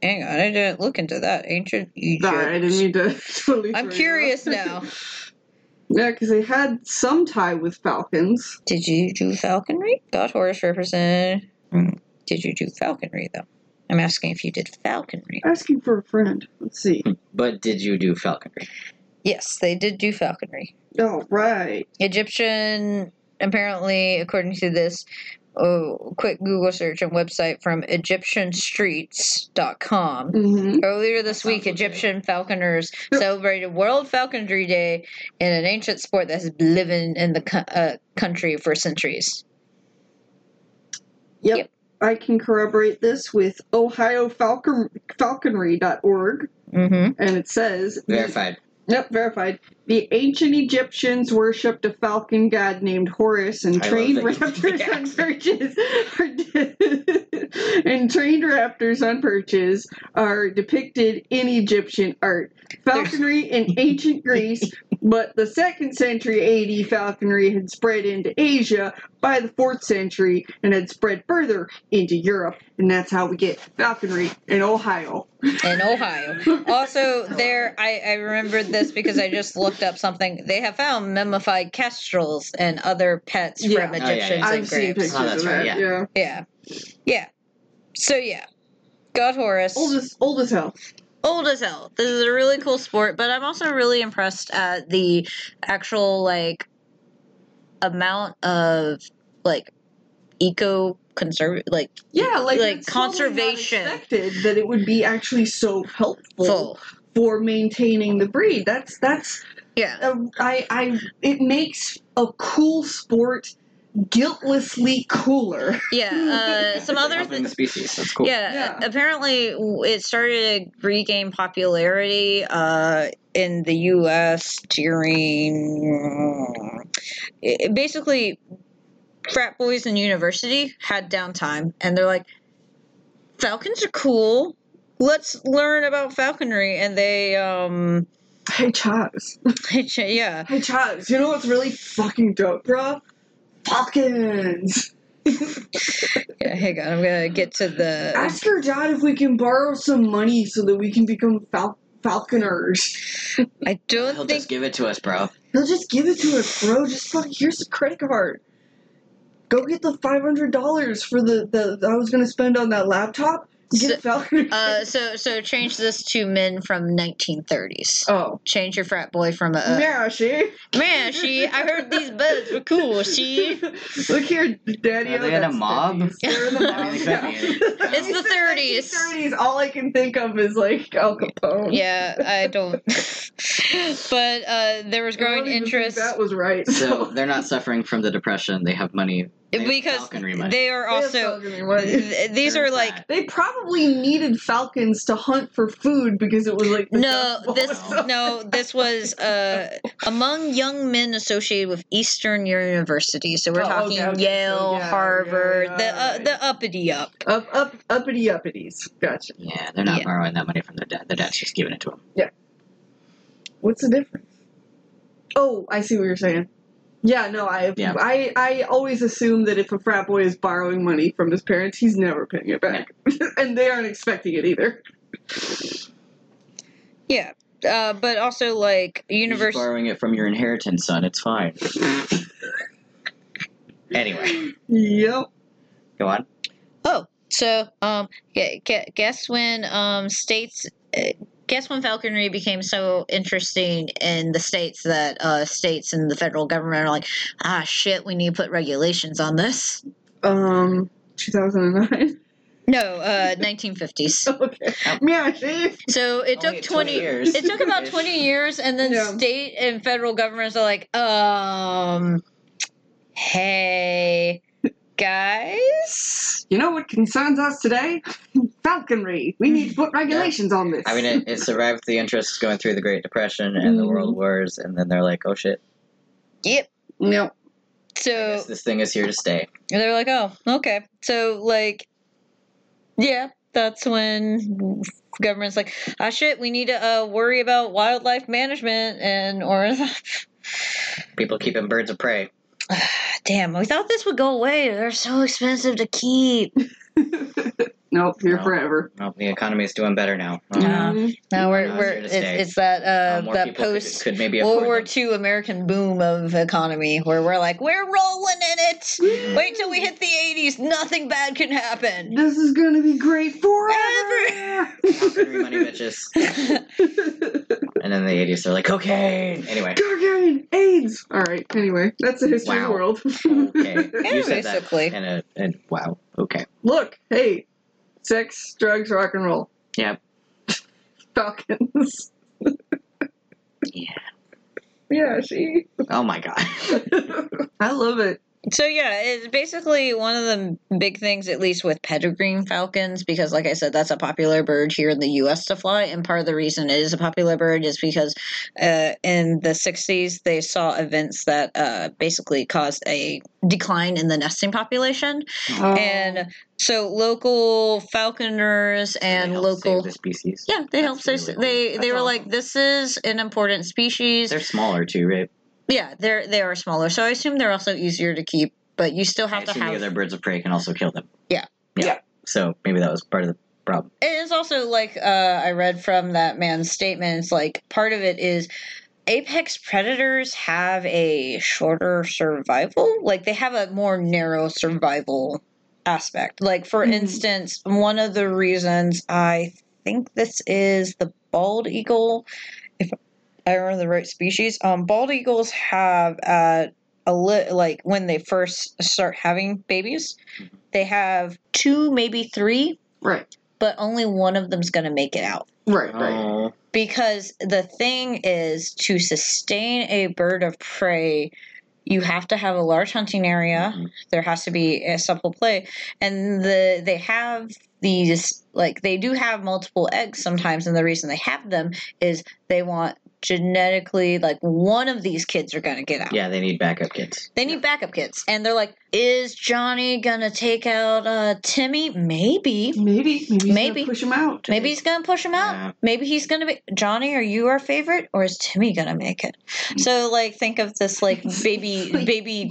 Speaker 2: Hang on, I didn't look into that. Ancient Egypt.
Speaker 4: Sorry, I didn't mean to totally.
Speaker 2: I'm
Speaker 4: throw you
Speaker 2: curious
Speaker 4: off.
Speaker 2: now.
Speaker 4: yeah, because they had some tie with falcons.
Speaker 2: Did you do falconry? God horse represented. Mm, Did you do falconry though? I'm asking if you did falconry.
Speaker 4: Asking for a friend. Let's see.
Speaker 5: But did you do falconry?
Speaker 2: Yes, they did do falconry.
Speaker 4: All right.
Speaker 2: Egyptian, apparently, according to this oh, quick Google search and website from EgyptianStreets.com.
Speaker 4: Mm-hmm.
Speaker 2: Earlier this
Speaker 5: Sounds
Speaker 2: week,
Speaker 5: legit.
Speaker 2: Egyptian falconers celebrated World Falconry Day in an ancient sport that has been living in the co- uh, country for centuries.
Speaker 4: Yep.
Speaker 2: Yep.
Speaker 4: I can corroborate this with ohiofalcon- falconry.org,
Speaker 2: Mm-hmm.
Speaker 4: and it says
Speaker 5: Verified.
Speaker 4: Yep, verified. The ancient Egyptians worshipped a falcon god named Horus and
Speaker 5: I
Speaker 4: trained
Speaker 5: love that you did
Speaker 4: raptors
Speaker 5: the
Speaker 4: on perches. and trained raptors on perches are depicted in Egyptian art. Falconry in ancient Greece, but the second century AD falconry had spread into Asia by the fourth century and had spread further into Europe, and that's how we get falconry in Ohio.
Speaker 2: In Ohio. Also, there, I, I remembered this because I just looked up something. They have found mummified kestrels and other pets
Speaker 4: Yeah.
Speaker 2: from
Speaker 4: Oh,
Speaker 5: yeah, yeah.
Speaker 2: Egyptians
Speaker 5: It's
Speaker 4: I've
Speaker 2: and
Speaker 4: seen
Speaker 2: graves.
Speaker 4: pictures
Speaker 5: Oh, that's
Speaker 4: of
Speaker 5: right,
Speaker 4: that.
Speaker 5: yeah.
Speaker 4: yeah.
Speaker 2: Yeah. Yeah. So yeah, God Horus.
Speaker 4: Old as old as hell.
Speaker 2: old as hell. This is a really cool sport, but I'm also really impressed at the actual like amount of like eco conserv like
Speaker 4: Yeah, like
Speaker 2: Like
Speaker 4: it's totally not
Speaker 2: conservation.
Speaker 4: expected that it would be actually so helpful
Speaker 2: full.
Speaker 4: for maintaining the breed. That's that's
Speaker 2: Yeah.
Speaker 4: a, I I it makes a cool sport guiltlessly cooler.
Speaker 2: Yeah. Uh, some
Speaker 3: It's
Speaker 2: other
Speaker 3: helping
Speaker 2: things.
Speaker 3: the species. That's cool.
Speaker 2: Yeah,
Speaker 4: Yeah.
Speaker 2: apparently w- it started to regain popularity uh, in the U.S. during it- basically frat boys in university had downtime, and they're like, "Falcons are cool. Let's learn about falconry." And they, um,
Speaker 4: Hey Chaz.
Speaker 2: yeah,
Speaker 4: Hey Chaz, you know what's really fucking dope, bro? Falcons.
Speaker 2: yeah. Hang on, I'm gonna get to the.
Speaker 4: Ask your dad if we can borrow some money so that we can become fal- falconers.
Speaker 2: I
Speaker 3: He'll
Speaker 2: don't
Speaker 3: just
Speaker 2: think.
Speaker 3: give it to us, bro.
Speaker 4: He'll just give it to us, bro. Just fucking here's the credit card. Go get the five hundred dollars for the, the that I was gonna spend on that laptop. Get
Speaker 2: So-
Speaker 4: falconers.
Speaker 2: Uh, so so change this to men from 1930s.
Speaker 4: oh.
Speaker 2: change your frat boy from a
Speaker 4: yeah, she.
Speaker 2: man. She, I heard these buds were cool. oh, She,
Speaker 4: Look here, Daddy.
Speaker 3: Are they in a mob?
Speaker 4: They're in the
Speaker 3: I
Speaker 4: mob.
Speaker 3: mean, it
Speaker 4: yeah.
Speaker 3: could be.
Speaker 2: It's the 30s.
Speaker 4: Thirties. All I can think of is like Al Capone.
Speaker 2: yeah, I don't. but uh, there was
Speaker 4: I
Speaker 2: growing
Speaker 4: don't even think
Speaker 2: interest
Speaker 4: That was right.
Speaker 3: so they're not suffering from the depression. They have money. They have
Speaker 2: because
Speaker 3: falconry money.
Speaker 2: they are
Speaker 4: They have
Speaker 2: also
Speaker 4: falconry money.
Speaker 2: th- these
Speaker 3: They're
Speaker 2: are like
Speaker 3: fat.
Speaker 4: They probably needed falcons to hunt for food because it was like Oh, the Dust Bowl.
Speaker 2: no this
Speaker 3: No.
Speaker 2: no this was uh among young men associated with eastern university so we're
Speaker 4: Oh,
Speaker 2: talking
Speaker 4: okay, okay, so
Speaker 2: yale
Speaker 4: yeah, yeah,
Speaker 2: harvard the uh,
Speaker 4: yeah,
Speaker 2: the uppity up
Speaker 4: up up uppity uppities. Gotcha.
Speaker 3: yeah, they're not
Speaker 2: Yeah.
Speaker 3: borrowing that money from their dad. Their dad's just giving it to them.
Speaker 4: What's the difference? Oh, I see what you're saying. Yeah, no, I,
Speaker 3: Yeah.
Speaker 4: I, I always assume that if a frat boy is borrowing money from his parents, he's never paying it back, and they aren't expecting it either.
Speaker 2: yeah uh but also like
Speaker 3: You're just
Speaker 2: university
Speaker 3: borrowing it from your inheritance, son. It's fine. anyway,
Speaker 4: Yep.
Speaker 3: go on.
Speaker 2: Oh, so um, gu- gu- guess when um states. Uh, Guess when falconry became so interesting in the states that uh, states and the federal government are like, ah, shit, we need to put regulations on this.
Speaker 4: Um, 2009.
Speaker 2: No, uh, 1950s.
Speaker 4: okay. Yeah, she.
Speaker 2: So it
Speaker 3: Only
Speaker 2: took 20
Speaker 3: years.
Speaker 2: It took about 20 years, and then
Speaker 4: Yeah.
Speaker 2: state and federal governments are like, um, hey, guys.
Speaker 4: You know what concerns us today? Falconry. We need to put regulations on this.
Speaker 3: I mean, it, it survived the interests going through the Great Depression and the
Speaker 4: Mhm.
Speaker 2: Mm-hmm.
Speaker 3: World Wars, and then they're like, oh shit,
Speaker 2: Yep.
Speaker 4: no.
Speaker 3: I
Speaker 2: So
Speaker 3: guess this thing is here to stay.
Speaker 2: And they were like, oh, okay. So, like, yeah, that's when government's like, ah, shit, we need to uh, worry about wildlife management and, or,
Speaker 3: People keeping birds of prey.
Speaker 2: damn, we thought this would go away. They're so expensive to keep.
Speaker 4: Nope. Here
Speaker 3: No.
Speaker 4: forever. Mm-hmm.
Speaker 3: Well, the economy's doing better now. Um,
Speaker 2: No. Now we're,
Speaker 3: No, it's
Speaker 2: we're
Speaker 3: here to
Speaker 2: it's,
Speaker 3: stay.
Speaker 2: it's that,
Speaker 3: uh,
Speaker 2: uh,
Speaker 3: more
Speaker 2: that
Speaker 3: people could-
Speaker 2: post
Speaker 3: could, maybe
Speaker 2: World
Speaker 3: afford
Speaker 2: War
Speaker 3: them.
Speaker 2: II American boom of economy where we're like, we're rolling in it. Wait till we hit the 80s. Nothing bad can happen.
Speaker 4: This is gonna be great forever.
Speaker 3: Free money, bitches. And then the 80s, they're like, cocaine! Anyway.
Speaker 4: Gargan AIDS. All right. Anyway, that's the history
Speaker 3: Wow.
Speaker 4: of the world.
Speaker 3: Okay.
Speaker 2: Yeah,
Speaker 3: you said that.
Speaker 2: basically.
Speaker 3: And, a, and wow. Okay.
Speaker 4: Look, hey, sex, drugs, rock and roll.
Speaker 3: Yep.
Speaker 4: Falcons.
Speaker 3: Yeah.
Speaker 4: Yeah, she.
Speaker 3: Oh my god.
Speaker 4: I love it.
Speaker 2: So yeah, it's basically one of the big things, at least with peregrine falcons, because like I said, that's a popular bird here in the U.S. to fly, and part of the reason it is a popular bird is because uh, in the '60s they saw events that uh, basically caused a decline in the nesting population,
Speaker 3: Oh.
Speaker 4: Um,
Speaker 2: and so local falconers and
Speaker 3: They help
Speaker 2: local
Speaker 3: save the species.
Speaker 2: yeah, they helped.
Speaker 3: That's
Speaker 2: save
Speaker 3: really
Speaker 2: they
Speaker 4: cool.
Speaker 2: they
Speaker 4: That's
Speaker 2: were
Speaker 4: awesome.
Speaker 2: like, this is an important species.
Speaker 3: They're smaller too, right?
Speaker 2: yeah, they're they are smaller, so I assume they're also easier to keep. But you still have
Speaker 3: I
Speaker 2: to
Speaker 3: assume
Speaker 2: have
Speaker 3: the other birds of prey can also kill them.
Speaker 2: Yeah.
Speaker 3: yeah.
Speaker 4: Yeah.
Speaker 3: So maybe that was part of the problem.
Speaker 2: It is also like uh, I read from that man's statement. It's like part of it is apex predators have a shorter survival, like they have a more narrow survival aspect. Like, for
Speaker 4: Mhm.
Speaker 2: instance, one of the reasons I think this is the bald eagle, if I remember the right species, um, bald eagles have uh, a li- like when they first start having babies, they have two, maybe three,
Speaker 4: Right.
Speaker 2: but only one of them's going to make it out
Speaker 4: Right.
Speaker 3: Oh.
Speaker 4: Right.
Speaker 2: because the thing is to sustain a bird of prey you have to have a large hunting area
Speaker 3: Mhm.
Speaker 2: there has to be a supple play and the they have these like they do have multiple eggs sometimes and the reason they have them is they want genetically like one of these kids are going to get out
Speaker 3: Yeah, they need backup kids.
Speaker 2: they need backup kids and they're like is johnny going to take out uh timmy maybe
Speaker 4: Maybe. Maybe. Maybe.
Speaker 2: Maybe.
Speaker 4: Push him out.
Speaker 2: Maybe he's gonna push him out.
Speaker 3: Yeah.
Speaker 2: Maybe he's gonna be Johnny. Are you our favorite, or is Timmy gonna make it? So like, think of this like baby baby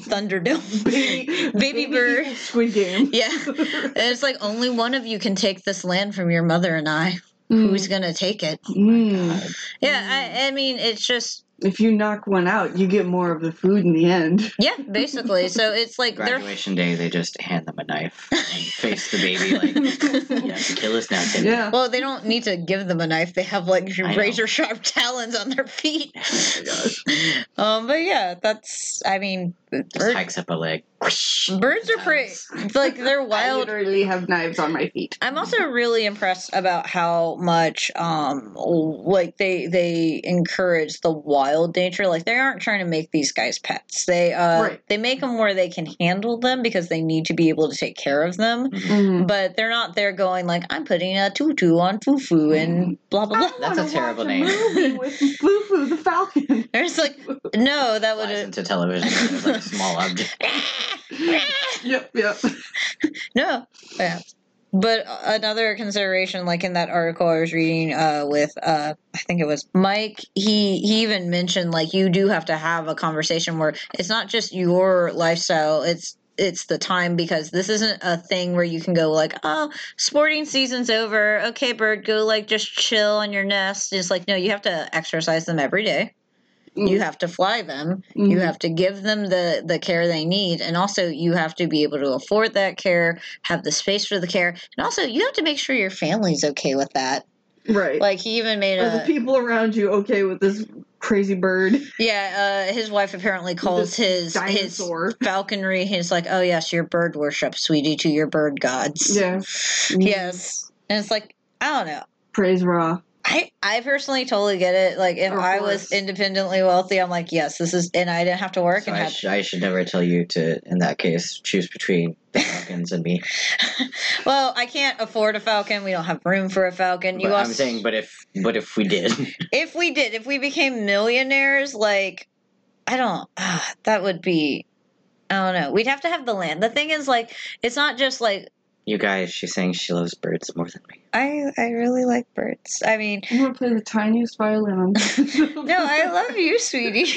Speaker 2: Thunderdome.
Speaker 4: Baby.
Speaker 2: Baby bird.
Speaker 4: equals Squid Game.
Speaker 2: yeah, And it's like only one of you can take this land from your mother and I. Who's Oh gonna take it?
Speaker 4: Mm.
Speaker 2: Yeah, I, I mean, it's just
Speaker 4: If you knock one out, you get more of the food in the end.
Speaker 2: yeah, basically. So it's like they're
Speaker 3: Graduation day, they just hand them a knife and face the baby like, "You have to kill us now, Timmy."
Speaker 4: Yeah.
Speaker 2: well, they don't need to give them a knife. They have like
Speaker 3: I know.
Speaker 2: razor sharp talons on their feet.
Speaker 4: Oh my gosh.
Speaker 2: Um, but yeah, that's I mean,
Speaker 3: Just hikes up a leg.
Speaker 2: Birds are pretty like they're
Speaker 4: I
Speaker 2: wild.
Speaker 4: literally have knives on my feet.
Speaker 2: I'm also really impressed about how much um like they they encourage the wild nature. Like they aren't trying to make these guys pets. They uh
Speaker 4: Right.
Speaker 2: they make them where they can handle them because they need to be able to take care of them.
Speaker 4: Mm-hmm.
Speaker 2: But they're not there going like I'm putting a tutu on Fufu
Speaker 4: Mm-hmm.
Speaker 2: and blah blah blah.
Speaker 3: That's a terrible
Speaker 4: watch
Speaker 3: name.
Speaker 4: A movie with Fufu the Falcon.
Speaker 2: There's like no, that would
Speaker 3: Flies
Speaker 2: have
Speaker 3: into television. and It's like a small object.
Speaker 4: Yep, yep.
Speaker 2: No. Yeah. But another consideration, like in that article I was reading uh, with, uh, I think it was Mike. He he even mentioned like you do have to have a conversation where it's not just your lifestyle. It's it's the time because this isn't a thing where you can go like, oh, sporting season's over. Okay, bird, go like just chill on your nest. It's like no, you have to exercise them every day.
Speaker 4: Mm-hmm.
Speaker 2: You have to fly them you have to give them the the care they need and also you have to be able to afford that care have the space for the care and also you have to make sure your family's okay with that
Speaker 4: right.
Speaker 2: like uh, he even made
Speaker 4: Are the
Speaker 2: a
Speaker 4: people around you okay with this crazy bird?
Speaker 2: yeah uh his wife apparently calls his his
Speaker 4: Dinosaur.
Speaker 2: falconry he's like oh yes your bird worship sweetie to your bird gods
Speaker 4: Yeah.
Speaker 2: yes and it's like i don't know
Speaker 4: Praise Ra.
Speaker 2: I, I personally totally get it. Like if
Speaker 4: Of
Speaker 2: I
Speaker 4: course.
Speaker 2: was independently wealthy, I'm like, yes, this is, and I didn't have to work
Speaker 3: So
Speaker 2: and
Speaker 3: I,
Speaker 2: had
Speaker 3: sh- I should never tell you to, in that case, choose between the Falcons and me.
Speaker 2: well, I can't afford a falcon. We don't have room for a falcon. You
Speaker 3: But
Speaker 2: also,
Speaker 3: I'm saying, but if, but if we did,
Speaker 2: if we did, if we became millionaires, like I don't, ah, that would be, I don't know. We'd have to have the land. The thing is, like, it's not just like
Speaker 3: you guys, she's saying she loves birds more than me.
Speaker 2: I, I really like birds. I mean,
Speaker 4: I'm gonna play the tiniest violin.
Speaker 2: no, I love you, sweetie,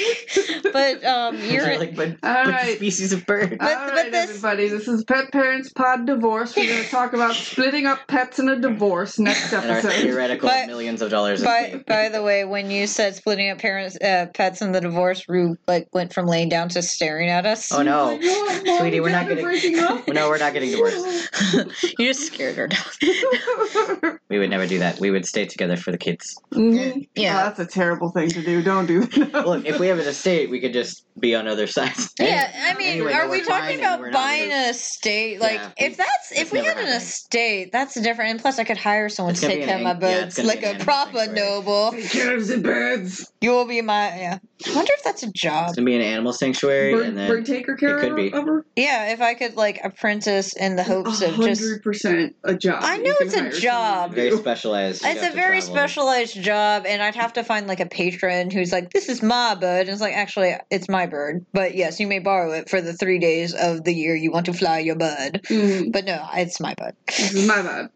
Speaker 2: but um, you're.
Speaker 3: You're like, but,
Speaker 4: All
Speaker 3: but the
Speaker 4: right. Uh,
Speaker 3: species of bird.
Speaker 2: But-
Speaker 4: All
Speaker 2: but
Speaker 4: right,
Speaker 2: this-
Speaker 4: everybody. This is Pet Parents Pod Divorce. We're going to talk about splitting up pets in a divorce next
Speaker 3: and our
Speaker 4: episode.
Speaker 3: theoretical
Speaker 2: But-
Speaker 3: millions of dollars. of
Speaker 2: By,
Speaker 3: fame.
Speaker 2: by the way, when you said splitting up parents, uh, pets in the divorce, Rue like went from laying down to staring at us.
Speaker 3: oh no,
Speaker 4: She's like, "What, Mom?
Speaker 3: sweetie, we're
Speaker 4: You guys
Speaker 3: not
Speaker 4: are
Speaker 3: getting.
Speaker 4: breaking up?"
Speaker 3: No, we're not getting divorced.
Speaker 2: you just scared her dog.
Speaker 3: We would never do that. We would stay together for the kids.
Speaker 4: Mhm.
Speaker 2: Mm-hmm. Yeah.
Speaker 4: Oh, that's a terrible thing to do. Don't do that.
Speaker 3: Look, if we have an estate, we could just be on other sides.
Speaker 2: Yeah, I mean,
Speaker 3: anyway,
Speaker 2: are
Speaker 3: no,
Speaker 2: we
Speaker 3: we're fine
Speaker 2: talking
Speaker 3: and we're
Speaker 2: about
Speaker 3: not
Speaker 2: buying
Speaker 3: really-
Speaker 2: an estate? Like,
Speaker 3: Yeah,
Speaker 2: if that's if
Speaker 3: that's
Speaker 2: we
Speaker 3: never
Speaker 2: had an
Speaker 3: happening.
Speaker 2: estate, that's different. And plus, I could hire someone
Speaker 3: It's
Speaker 2: to
Speaker 3: gonna
Speaker 2: take
Speaker 3: be an
Speaker 2: care of my
Speaker 3: ang- yeah, it's
Speaker 2: birds,
Speaker 3: gonna be
Speaker 2: like
Speaker 3: an
Speaker 2: a
Speaker 3: animal
Speaker 2: proper
Speaker 3: sanctuary.
Speaker 2: noble.
Speaker 4: Take care of the birds.
Speaker 2: You will be my. Yeah, I wonder if that's a job.
Speaker 3: It's gonna be an animal sanctuary,
Speaker 4: Bird,
Speaker 3: and then
Speaker 4: bird taker care
Speaker 3: could
Speaker 4: of-
Speaker 3: be.
Speaker 4: of her?
Speaker 2: Yeah, if I could like apprentice in the hopes of just.
Speaker 4: 100% a job.
Speaker 2: I
Speaker 4: You
Speaker 2: know
Speaker 4: can
Speaker 2: it's a
Speaker 4: hire someone to
Speaker 2: job.
Speaker 4: do.
Speaker 3: very specialized. You'd
Speaker 2: It's
Speaker 3: have
Speaker 2: a
Speaker 3: to
Speaker 2: very
Speaker 3: travel.
Speaker 2: specialized job, and I'd have to find like a patron who's like, "This is my bird," and it's like, "Actually, it's my bird." But yes, you may borrow it for the three days of the year you want to fly your bird.
Speaker 4: Mm,
Speaker 2: But no, it's my bird.
Speaker 4: this
Speaker 3: Mm-hmm.
Speaker 4: is my vibe.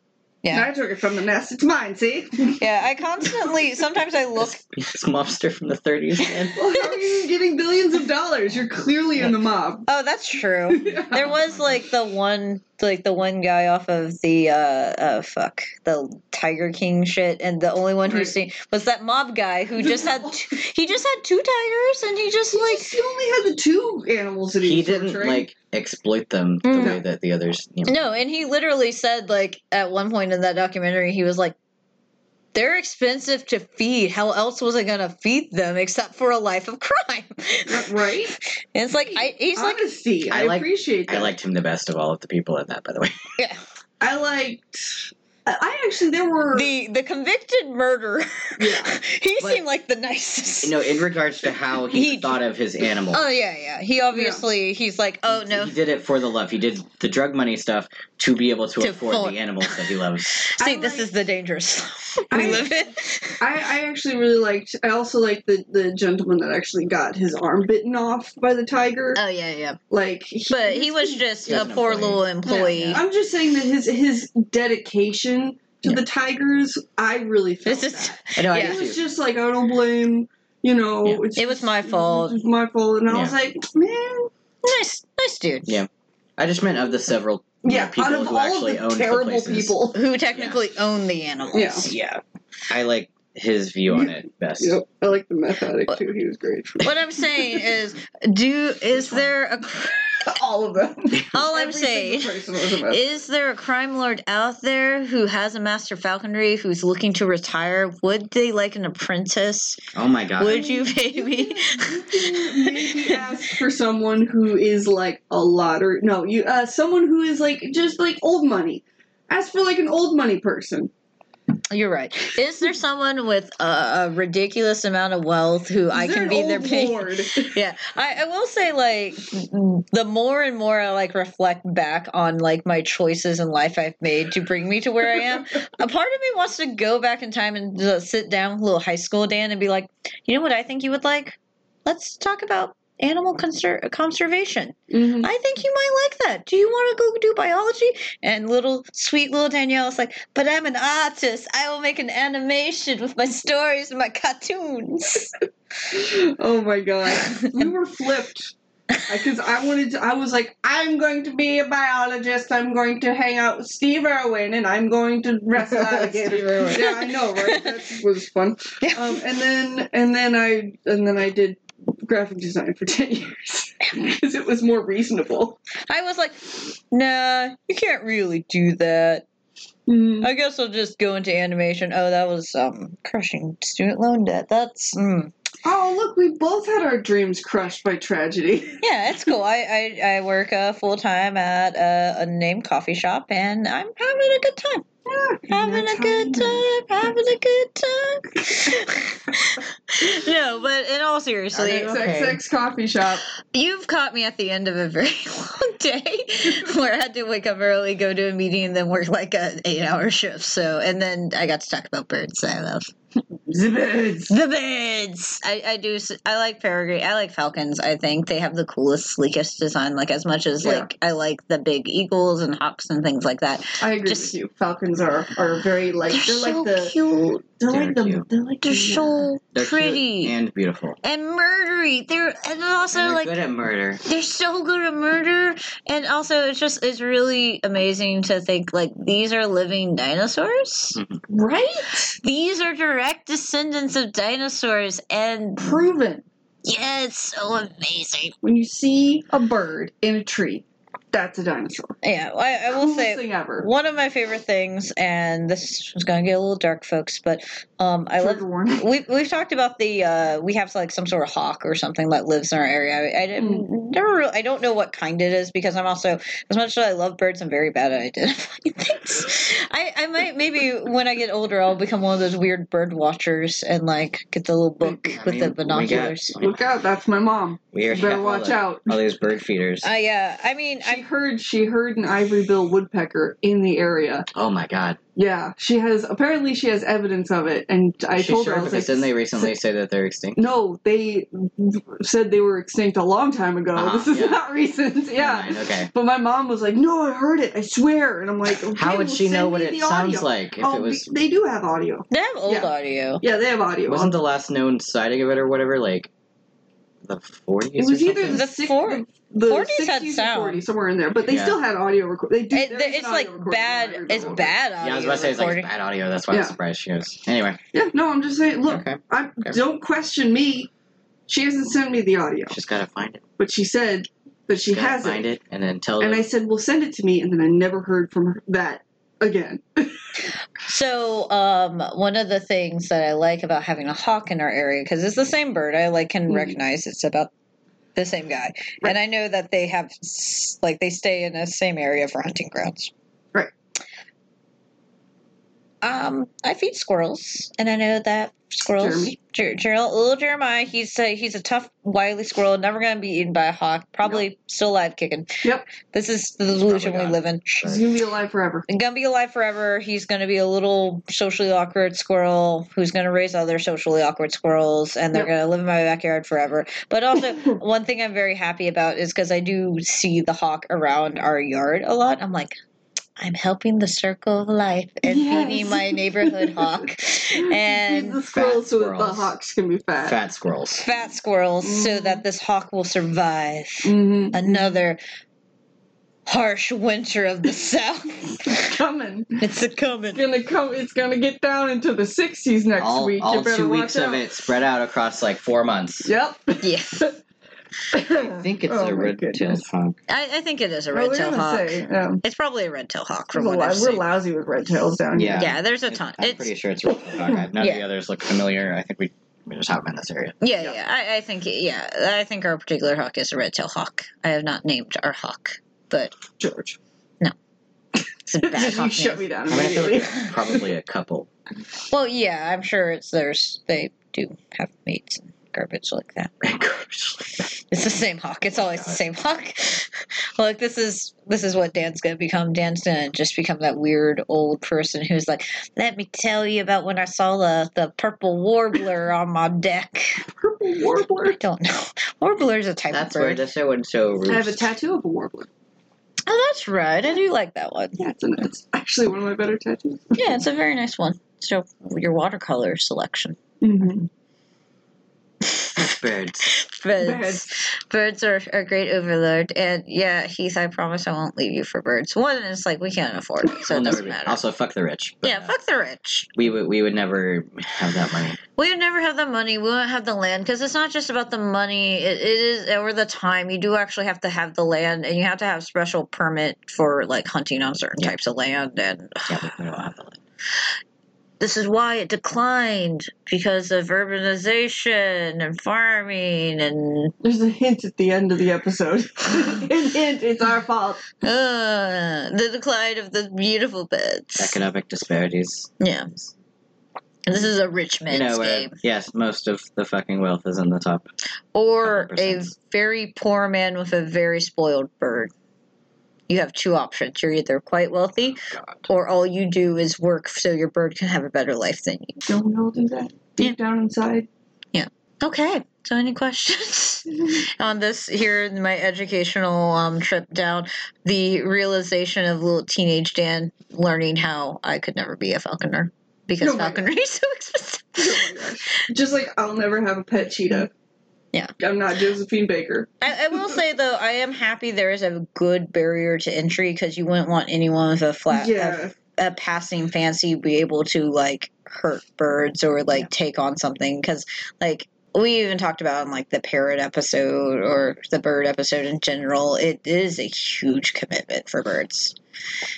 Speaker 2: Yeah.
Speaker 4: I took it from the nest. It's mine, see?
Speaker 2: Yeah, I constantly sometimes I look
Speaker 3: This mobster from the 30s, man.
Speaker 4: Well, how are you getting billions of dollars? You're clearly in the mob.
Speaker 2: Oh, that's true. There was like the one like the one guy off of the uh, uh fuck the Tiger King shit, and the only one
Speaker 4: Right.
Speaker 2: who's seen was that mob guy who just had two, he just had two tigers, and he just like
Speaker 4: he only had the two animals that he,
Speaker 3: He
Speaker 4: was
Speaker 3: didn't
Speaker 4: torturing.
Speaker 3: like exploit them the
Speaker 2: Mm.
Speaker 3: way that the others. You know,
Speaker 2: No, and he literally said like at one point in that documentary, he was like, "They're expensive to feed. How else was I gonna feed them except for a life of crime?" and
Speaker 4: right.
Speaker 2: it's like I, he's like,
Speaker 4: Honesty. I,
Speaker 3: I like-
Speaker 4: appreciate that.
Speaker 3: I liked him the best of all of the people in that. By the way,
Speaker 2: yeah,
Speaker 4: I liked. I- I actually there were.
Speaker 2: the the convicted murderer.
Speaker 4: yeah.
Speaker 2: he
Speaker 3: But-
Speaker 2: seemed like the nicest.
Speaker 3: no, in regards to how he,
Speaker 2: He-
Speaker 3: thought of his animal.
Speaker 2: Oh yeah, yeah. He obviously he's like, oh no.
Speaker 3: He did it for the love. He did the drug money stuff to be able to,
Speaker 2: To
Speaker 3: afford
Speaker 2: afford-
Speaker 3: the animals that he loves.
Speaker 4: I
Speaker 2: See, this
Speaker 4: like-
Speaker 2: is the dangerous we
Speaker 4: I-
Speaker 2: live in.
Speaker 4: I, I actually really liked. I also liked the the gentleman that actually got his arm bitten off by the tiger.
Speaker 2: Oh yeah, yeah.
Speaker 4: like, he,
Speaker 2: But he was just
Speaker 3: He was
Speaker 2: a
Speaker 3: an
Speaker 2: poor
Speaker 3: employee.
Speaker 2: little employee.
Speaker 4: I'm just saying that his his dedication to
Speaker 3: Yeah.
Speaker 4: the tigers, I really felt
Speaker 2: This is
Speaker 4: that.
Speaker 3: I know.
Speaker 2: Yeah.
Speaker 3: I
Speaker 4: It
Speaker 3: do
Speaker 4: was
Speaker 3: too.
Speaker 4: just like I don't blame. You know,
Speaker 3: Yeah.
Speaker 4: it's
Speaker 2: It was
Speaker 4: just-
Speaker 2: my fault.
Speaker 4: It was my fault, and I was
Speaker 3: Yeah.
Speaker 4: like, man,
Speaker 2: nice, nice dude.
Speaker 3: Yeah. I just meant of the several you know,
Speaker 4: yeah. Out
Speaker 3: people
Speaker 4: of
Speaker 3: who
Speaker 4: all
Speaker 3: actually
Speaker 4: of
Speaker 3: owned
Speaker 4: the
Speaker 3: the
Speaker 4: terrible
Speaker 3: places.
Speaker 4: people,
Speaker 2: who technically own the animals.
Speaker 4: Yeah.
Speaker 3: Yeah, I like his view on it best.
Speaker 4: yep. I like the meth addict too. He was great.
Speaker 2: What I'm saying is, do is
Speaker 3: one?
Speaker 2: there a
Speaker 4: all of them.
Speaker 2: all I'm
Speaker 4: Every
Speaker 2: saying
Speaker 4: single person was a meth
Speaker 2: is there a crime lord out there who has a master falconry who's looking to retire? Would they like an apprentice?
Speaker 3: Oh my god.
Speaker 2: Would you pay me?
Speaker 4: maybe ask for someone who is like a lottery. No, you uh, someone who is like just like old money. Ask for like an old money person.
Speaker 2: You're right. Is there someone with a, a ridiculous amount of wealth who I
Speaker 4: Is there
Speaker 2: can
Speaker 4: an
Speaker 2: be
Speaker 4: old
Speaker 2: their pay?
Speaker 4: lord?
Speaker 2: yeah I, I will say like the more and more i like reflect back on like my choices in life i've made to bring me to where i am a part of me wants to go back in time and uh, sit down with little high school dan and be like you know what i think you would like let's talk about animal conser- conservation
Speaker 4: Mhm.
Speaker 2: i think you might like that do you want to go do biology and little sweet little danielle is like but i'm an artist i will make an animation with my stories and my cartoons
Speaker 4: Oh my god, we were flipped. Because I wanted to, I was like, I'm going to be a biologist. I'm going to hang out with Steve Irwin, and I'm going to wrestle alligators.
Speaker 3: Steve Irwin.
Speaker 4: yeah, I know, right? That was fun. Um, and then, and then I, and then I did graphic design for ten years because it was more reasonable.
Speaker 2: I was like, nah, you can't really do that.
Speaker 4: Mm.
Speaker 2: I guess I'll just go into animation. Oh, that was um crushing student loan debt. That's mm.
Speaker 4: Oh, look, we both had our dreams crushed by tragedy.
Speaker 2: yeah, it's cool. I I, I work uh, full time at uh, a, a named coffee shop, and I'm having a good time. Having a good time. Having a good time. no, but in all seriously,
Speaker 4: XXX coffee shop.
Speaker 2: You've caught me at the end of a very long day where I had to wake up early, go to a meeting, and then work like an eight hour shift. So, and then I got to talk about birds that I love.
Speaker 4: The birds.
Speaker 2: The birds! I, I do, s- I like peregrine, I like falcons, I think. They have the coolest, sleekest design, like as much as
Speaker 4: Yeah.
Speaker 2: like I like the big eagles and hawks and things like that.
Speaker 4: I agree
Speaker 2: Just-
Speaker 4: with you. Falcons are are very like
Speaker 2: They're
Speaker 4: they're,
Speaker 2: so
Speaker 4: like the
Speaker 2: cute.
Speaker 4: they're
Speaker 3: They're
Speaker 4: like the
Speaker 3: cute.
Speaker 4: they're like
Speaker 2: They're
Speaker 4: the,
Speaker 2: so
Speaker 3: They're cute
Speaker 2: pretty and,
Speaker 3: and beautiful.
Speaker 2: murdery. They're, and they're also
Speaker 3: And they're
Speaker 2: like
Speaker 3: good at murder.
Speaker 2: they're so good at murder and also it's just it's really amazing to think like these are living
Speaker 3: Hmm.
Speaker 2: dinosaurs
Speaker 4: right
Speaker 2: these are direct descendants of dinosaurs and
Speaker 4: proven.
Speaker 2: yeah it's so amazing
Speaker 4: When you see a bird in a tree, that's a dinosaur.
Speaker 2: yeah i, I will
Speaker 4: Coolest
Speaker 2: say
Speaker 4: thing ever.
Speaker 2: one of my favorite things and this is gonna get a little dark folks but um i love
Speaker 4: Trigger warning.
Speaker 2: We've, we've talked about the uh, we have like some sort of hawk or something that lives in our area. I, I didn't
Speaker 4: Hmm.
Speaker 2: never really, I don't know what kind it is because I'm also as much as I love birds, I'm very bad at identifying things. I, I might maybe when I get older, I'll become one of those weird bird watchers and like get the little book
Speaker 4: Maybe. I
Speaker 2: with
Speaker 3: mean,
Speaker 2: the
Speaker 3: we got-
Speaker 2: binoculars.
Speaker 4: Look out! That's my mom.
Speaker 3: We
Speaker 4: You
Speaker 3: already
Speaker 4: better
Speaker 3: have all
Speaker 4: watch
Speaker 3: the-
Speaker 4: out.
Speaker 3: All these bird feeders.
Speaker 2: I Uh, yeah, I mean,
Speaker 4: She
Speaker 2: I
Speaker 4: heard she heard an ivory bill woodpecker in the area.
Speaker 3: oh my god.
Speaker 4: Yeah, she has. Apparently, she has evidence of it, and I
Speaker 3: She
Speaker 4: told
Speaker 3: sure
Speaker 4: her. I was
Speaker 3: because
Speaker 4: like,
Speaker 3: didn't they recently say that they're extinct?
Speaker 4: No, they said they were extinct a long time ago.
Speaker 3: Uh-huh,
Speaker 4: this is
Speaker 3: yeah.
Speaker 4: not recent. Yeah.
Speaker 3: Never mind, Okay.
Speaker 4: But my mom was like, "No, I heard it. I swear." And I'm like, okay,
Speaker 3: How would
Speaker 4: well,
Speaker 3: she know
Speaker 4: send
Speaker 3: what
Speaker 4: me
Speaker 3: it
Speaker 4: the
Speaker 3: sounds
Speaker 4: audio.
Speaker 3: like if
Speaker 4: oh,
Speaker 3: it was?
Speaker 4: they do have audio.
Speaker 2: they have old
Speaker 4: Yeah.
Speaker 2: audio.
Speaker 4: Yeah, they have audio.
Speaker 3: Wasn't the last known sighting of it or whatever like the 40s.
Speaker 4: It was either
Speaker 3: or something?
Speaker 4: the,
Speaker 2: The
Speaker 4: six,
Speaker 2: four-
Speaker 4: the
Speaker 2: 40s had
Speaker 4: 60s or
Speaker 2: sound.
Speaker 4: 40s, somewhere in there, but they
Speaker 3: Yeah.
Speaker 4: still had audio record. They do.
Speaker 2: It,
Speaker 4: there is
Speaker 2: it's
Speaker 4: an
Speaker 2: like
Speaker 4: audio recording
Speaker 2: bad.
Speaker 4: of it.
Speaker 2: It's bad audio.
Speaker 3: Yeah, I was about to say it's like
Speaker 2: recording.
Speaker 3: bad audio. That's why I was
Speaker 4: Yeah.
Speaker 3: surprised she was. Anyway,
Speaker 4: Yeah, no, I'm just saying. Look,
Speaker 3: okay.
Speaker 4: I
Speaker 3: Okay.
Speaker 4: don't question me. She hasn't sent me the audio,
Speaker 3: She's got to find it.
Speaker 4: but she said that she
Speaker 3: She's gotta
Speaker 4: has
Speaker 3: find
Speaker 4: it.
Speaker 3: it. and then tell
Speaker 4: And
Speaker 3: them.
Speaker 4: I said, "Well, send it to me," and then I never heard from her that again.
Speaker 2: So, um, one of the things that I like about having a hawk in our area, because it's the same bird, I like can
Speaker 4: Mhm.
Speaker 2: recognize it's about the same guy,
Speaker 4: Right.
Speaker 2: and I know that they have s- like they stay in the same area for hunting grounds.
Speaker 4: Right.
Speaker 2: Um, I feed squirrels, and I know that squirrels.
Speaker 4: Jeremy.
Speaker 2: Jer- Jer- little Jeremiah, he's a, he's a tough, wily squirrel, never gonna be eaten by a hawk. Probably still alive, kicking.
Speaker 4: Yep.
Speaker 2: This is the
Speaker 3: He's
Speaker 2: delusion we
Speaker 3: probably
Speaker 2: live in
Speaker 4: She's gonna be alive forever.
Speaker 2: gonna be alive forever. He's gonna be a little socially awkward squirrel who's gonna raise other socially awkward squirrels, and they're
Speaker 4: Yep.
Speaker 2: gonna live in my backyard forever. But also, one thing I'm very happy about is because I do see the hawk around our yard a lot. I'm like. I'm helping the circle of life and feeding
Speaker 4: Yes.
Speaker 2: my neighborhood hawk
Speaker 4: Feed
Speaker 2: and
Speaker 4: the squirrels so that the
Speaker 3: squirrels.
Speaker 4: hawks can be fat.
Speaker 3: fat squirrels.
Speaker 2: fat squirrels so
Speaker 4: Mm.
Speaker 2: that this hawk will survive
Speaker 4: hmm
Speaker 2: another harsh winter of the South.
Speaker 4: Coming,
Speaker 2: it's a coming.
Speaker 4: gonna come. It's gonna get down into the 60s next
Speaker 3: all
Speaker 4: week.
Speaker 3: all
Speaker 4: you better
Speaker 3: two
Speaker 4: watch
Speaker 3: weeks
Speaker 4: out.
Speaker 3: of it spread out across like four months.
Speaker 4: Yep.
Speaker 2: Yes.
Speaker 3: I think it's
Speaker 4: Oh
Speaker 3: a
Speaker 4: my
Speaker 3: red-tailed
Speaker 4: goodness.
Speaker 3: hawk.
Speaker 2: I, I think it is a
Speaker 4: I
Speaker 2: red
Speaker 4: was
Speaker 2: tail
Speaker 4: gonna
Speaker 2: hawk.
Speaker 4: say, um,
Speaker 2: It's probably a red tail hawk
Speaker 4: we're,
Speaker 2: from what I've
Speaker 4: lou- we're
Speaker 2: seen.
Speaker 4: lousy with red tails down here.
Speaker 3: Yeah.
Speaker 2: Yeah, there's a ton.
Speaker 3: I'm
Speaker 2: It's
Speaker 3: pretty sure it's a red-tailed hawk. I've- None of
Speaker 2: Yeah.
Speaker 3: the others look familiar. I think we we just have them in this area.
Speaker 2: yeah,
Speaker 4: yeah.
Speaker 2: yeah. I, I think yeah, I think our particular hawk is a red tail hawk. I have not named our hawk, but
Speaker 4: George.
Speaker 2: it's a
Speaker 4: you
Speaker 2: bad hawk.
Speaker 4: shut
Speaker 2: name.
Speaker 4: me down
Speaker 3: I mean, I feel like
Speaker 4: immediately.
Speaker 3: there's probably a couple.
Speaker 2: Well, yeah, I'm sure it's theirs. They do have mates and garbage like that. It's the same hawk. It's always the
Speaker 3: God.
Speaker 2: same hawk. Look, this is this is what Dan's gonna become. Dan's gonna just become that weird old person who's like, "Let me tell you about when I saw the the purple warbler on my deck."
Speaker 4: Purple
Speaker 2: I
Speaker 4: warbler.
Speaker 2: don't know. Warbler is a type
Speaker 3: That's
Speaker 2: of
Speaker 3: where
Speaker 2: bird.
Speaker 3: the show and show
Speaker 4: I have a
Speaker 3: roots.
Speaker 4: tattoo of a warbler.
Speaker 2: Oh, that's right. I do like that one.
Speaker 4: Yeah, it's, an, it's actually one of my better tattoos.
Speaker 2: Yeah, it's a very nice one. So your watercolor selection.
Speaker 4: Mm-hmm.
Speaker 3: Birds.
Speaker 2: Birds.
Speaker 4: Birds.
Speaker 2: Birds are a great overlord, and yeah, Heath, I promise I won't leave you for birds. One, it's like we can't afford it, so
Speaker 3: We'll
Speaker 2: it
Speaker 3: never
Speaker 2: doesn't
Speaker 3: be-
Speaker 2: matter.
Speaker 3: Also, fuck the rich. But,
Speaker 2: yeah,
Speaker 3: uh,
Speaker 2: fuck the rich.
Speaker 3: we would we would never have that money.
Speaker 2: We would never have the money. We won't have the land because it's not just about the money. It, it is or the time. You do actually have to have the land, and you have to have special permit for like hunting on certain
Speaker 3: Yeah.
Speaker 2: types of land. And
Speaker 3: Yeah, we, we don't have the land.
Speaker 2: this is why it declined because of urbanization and farming and
Speaker 4: There's a hint at the end of the episode. hint, hint, it's our fault.
Speaker 2: uh, the decline of the beautiful beds.
Speaker 3: Economic disparities.
Speaker 2: Yeah, and this is a rich man's
Speaker 3: you know, where,
Speaker 2: game,
Speaker 3: yes, most of the fucking wealth is in the top.
Speaker 2: or a
Speaker 3: 100%.
Speaker 2: very poor man with a very spoiled bird. You have two options. You're either quite wealthy,
Speaker 3: God.
Speaker 2: or all you do is work so your bird can have a better life than you.
Speaker 4: Don't we all do that? Deep down inside.
Speaker 2: Okay. So, any questions? on this here in my educational um, trip down the realization of little teenage Dan learning how I could never be a falconer because
Speaker 4: Oh my God.
Speaker 2: falconry is so expensive.
Speaker 4: Oh my gosh. Just like I'll never have a pet cheetah.
Speaker 2: Yeah.
Speaker 4: I'm not Josephine Baker.
Speaker 2: I, I will say though, I am happy there is a good barrier to entry because you wouldn't want anyone with a flat,
Speaker 4: yeah.
Speaker 2: a, a passing fancy be able to like hurt birds or like take on something because like we even talked about in like the parrot episode or the bird episode in general, it is a huge commitment for birds.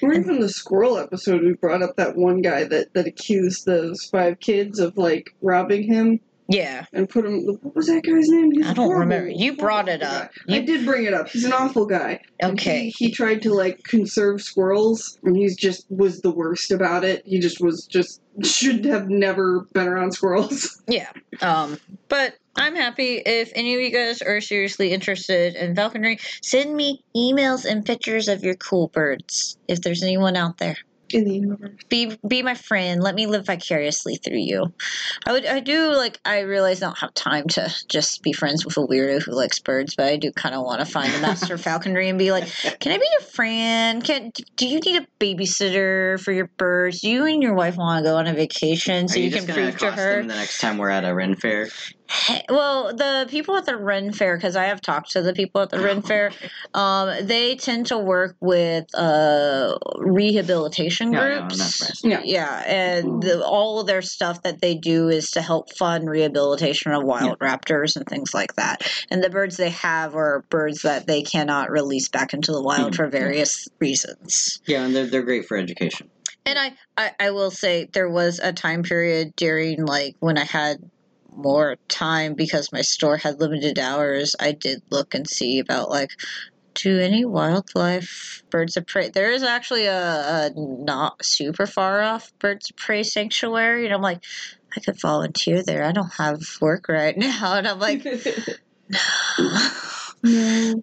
Speaker 4: Or even the squirrel episode, we brought up that one guy that, that accused those five kids of like robbing him
Speaker 2: Yeah,
Speaker 4: and put him. What was that guy's name? He was
Speaker 2: I don't
Speaker 4: horrible,
Speaker 2: remember. You
Speaker 4: horrible
Speaker 2: brought it
Speaker 4: guy.
Speaker 2: up.
Speaker 4: I
Speaker 2: You,
Speaker 4: did bring it up. He's an awful guy. And
Speaker 2: okay.
Speaker 4: He, he tried to like conserve squirrels, and he just was the worst about it. He just was just should have never been around squirrels.
Speaker 3: Mm-hmm.
Speaker 2: Yeah. Um, but I'm happy if any of you guys are seriously interested in falconry, send me emails and pictures of your cool birds if there's anyone out there.
Speaker 4: In the universe.
Speaker 2: Be be my friend. Let me live vicariously through you. I would I do like I realize I don't have time to just be friends with a weirdo who likes birds, but I do kind of want to find the master of falconry and be like, "Can I be your friend? Can do you need a babysitter for your birds? Do you and your wife want to go on a vacation so
Speaker 3: Are
Speaker 2: you,
Speaker 3: just
Speaker 2: can
Speaker 3: gonna
Speaker 2: prove to
Speaker 3: accost
Speaker 2: her?"
Speaker 3: them the next time we're at a Ren fair?
Speaker 2: Hey, well, the people at the Ren Fair, because I have talked to the people at the
Speaker 4: Oh.
Speaker 2: Ren Fair, um, they tend to work with uh, rehabilitation
Speaker 3: No, no, I'm not
Speaker 2: groups.
Speaker 3: surprised.
Speaker 4: Yeah. Mm.
Speaker 2: yeah, and the, all of their stuff that they do is to help fund rehabilitation of wild raptors and things like that. And the birds they have are birds that they cannot release back into the wild
Speaker 4: Mm,
Speaker 3: Mhm,
Speaker 2: for various reasons.
Speaker 3: Yeah, and they're, they're great for education.
Speaker 2: And I, I, I will say there was a time period during like when I had more time because my store had limited hours. I did look and see about like do any wildlife birds of prey. There is actually a, a not super far off birds of prey sanctuary, and I'm like, I could volunteer there. I don't have work right now, and I'm like,
Speaker 4: no.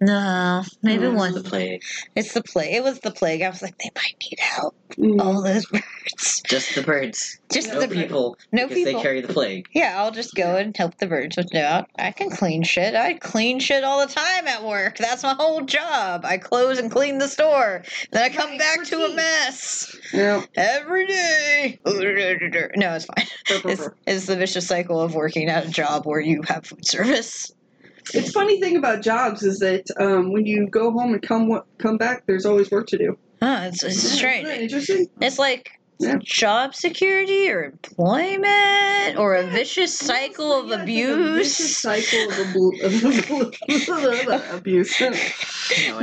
Speaker 2: no, maybe
Speaker 4: No, it's
Speaker 2: one.
Speaker 3: The plague.
Speaker 2: It's the plague. It was the plague. I was like, they might need help.
Speaker 4: Mm.
Speaker 2: All those birds,
Speaker 3: Just the birds.
Speaker 2: just
Speaker 3: Mm. No
Speaker 2: the
Speaker 3: people.
Speaker 2: No
Speaker 3: because
Speaker 2: people.
Speaker 3: they carry the plague.
Speaker 2: Yeah, I'll just go and help the birds with no. I can clean shit. I clean shit all the time at work. That's my whole job. I close and clean the store. Then I come
Speaker 4: My
Speaker 2: back to a
Speaker 4: expertise.
Speaker 2: mess
Speaker 4: Yeah.
Speaker 2: every day. No, it's fine. It's, it's the vicious cycle of working at a job where you have food service.
Speaker 4: It's funny thing about jobs is that um, when you go home and come come back, there's always work to do.
Speaker 2: Huh, it's, it's
Speaker 4: Isn't that
Speaker 2: strange.
Speaker 4: interesting?
Speaker 2: It's like
Speaker 4: Yeah.
Speaker 2: job security or employment or a vicious cycle of
Speaker 4: Yeah, it's like a vicious
Speaker 2: abuse.
Speaker 4: cycle of, abl- of abl- abuse.
Speaker 3: You know, and-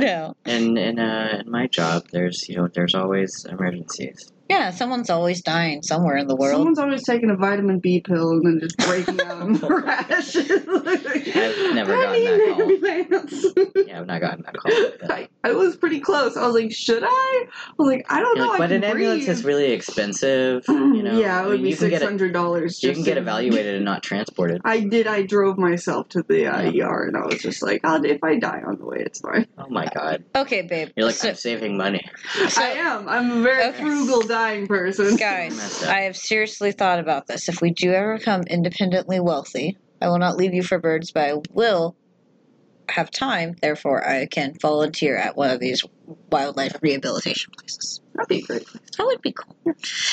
Speaker 2: No.
Speaker 3: And in uh, in my job, there's you know there's always emergencies.
Speaker 2: Yeah, someone's always dying somewhere in the world.
Speaker 4: Someone's always taking a vitamin B pill and then just breaking out in rashes.
Speaker 3: I've never
Speaker 4: I
Speaker 3: gotten
Speaker 4: need
Speaker 3: that call. Oh,
Speaker 4: ambulance.
Speaker 3: Yeah, I've not gotten that call. Like that.
Speaker 4: I, I was pretty close. I was like, should I? I was like, I don't
Speaker 3: You're
Speaker 4: know.
Speaker 3: like,
Speaker 4: I
Speaker 3: but
Speaker 4: can
Speaker 3: an ambulance
Speaker 4: breathe."
Speaker 3: is really expensive. You know,
Speaker 4: yeah, it
Speaker 3: I
Speaker 4: would be
Speaker 3: mean, you can
Speaker 4: six
Speaker 3: get it.
Speaker 4: hundred dollars.
Speaker 3: You can get evaluated and not transported.
Speaker 4: I did. I drove myself to the uh,
Speaker 3: Yeah.
Speaker 4: ER, and I was just like, I'll, if I die on the way, it's fine.
Speaker 3: Oh my god!
Speaker 2: Okay, babe.
Speaker 3: You're like
Speaker 2: so,
Speaker 3: I'm saving money.
Speaker 2: so,
Speaker 4: I am. I'm a very
Speaker 2: Okay.
Speaker 4: frugal dying person.
Speaker 2: guys,
Speaker 3: Messed up.
Speaker 2: I have seriously thought about this. If we do ever become independently wealthy, I will not leave you for birds, but I will have time. Therefore, I can volunteer at one of these wildlife rehabilitation places.
Speaker 4: That'd be great.
Speaker 2: That would be cool.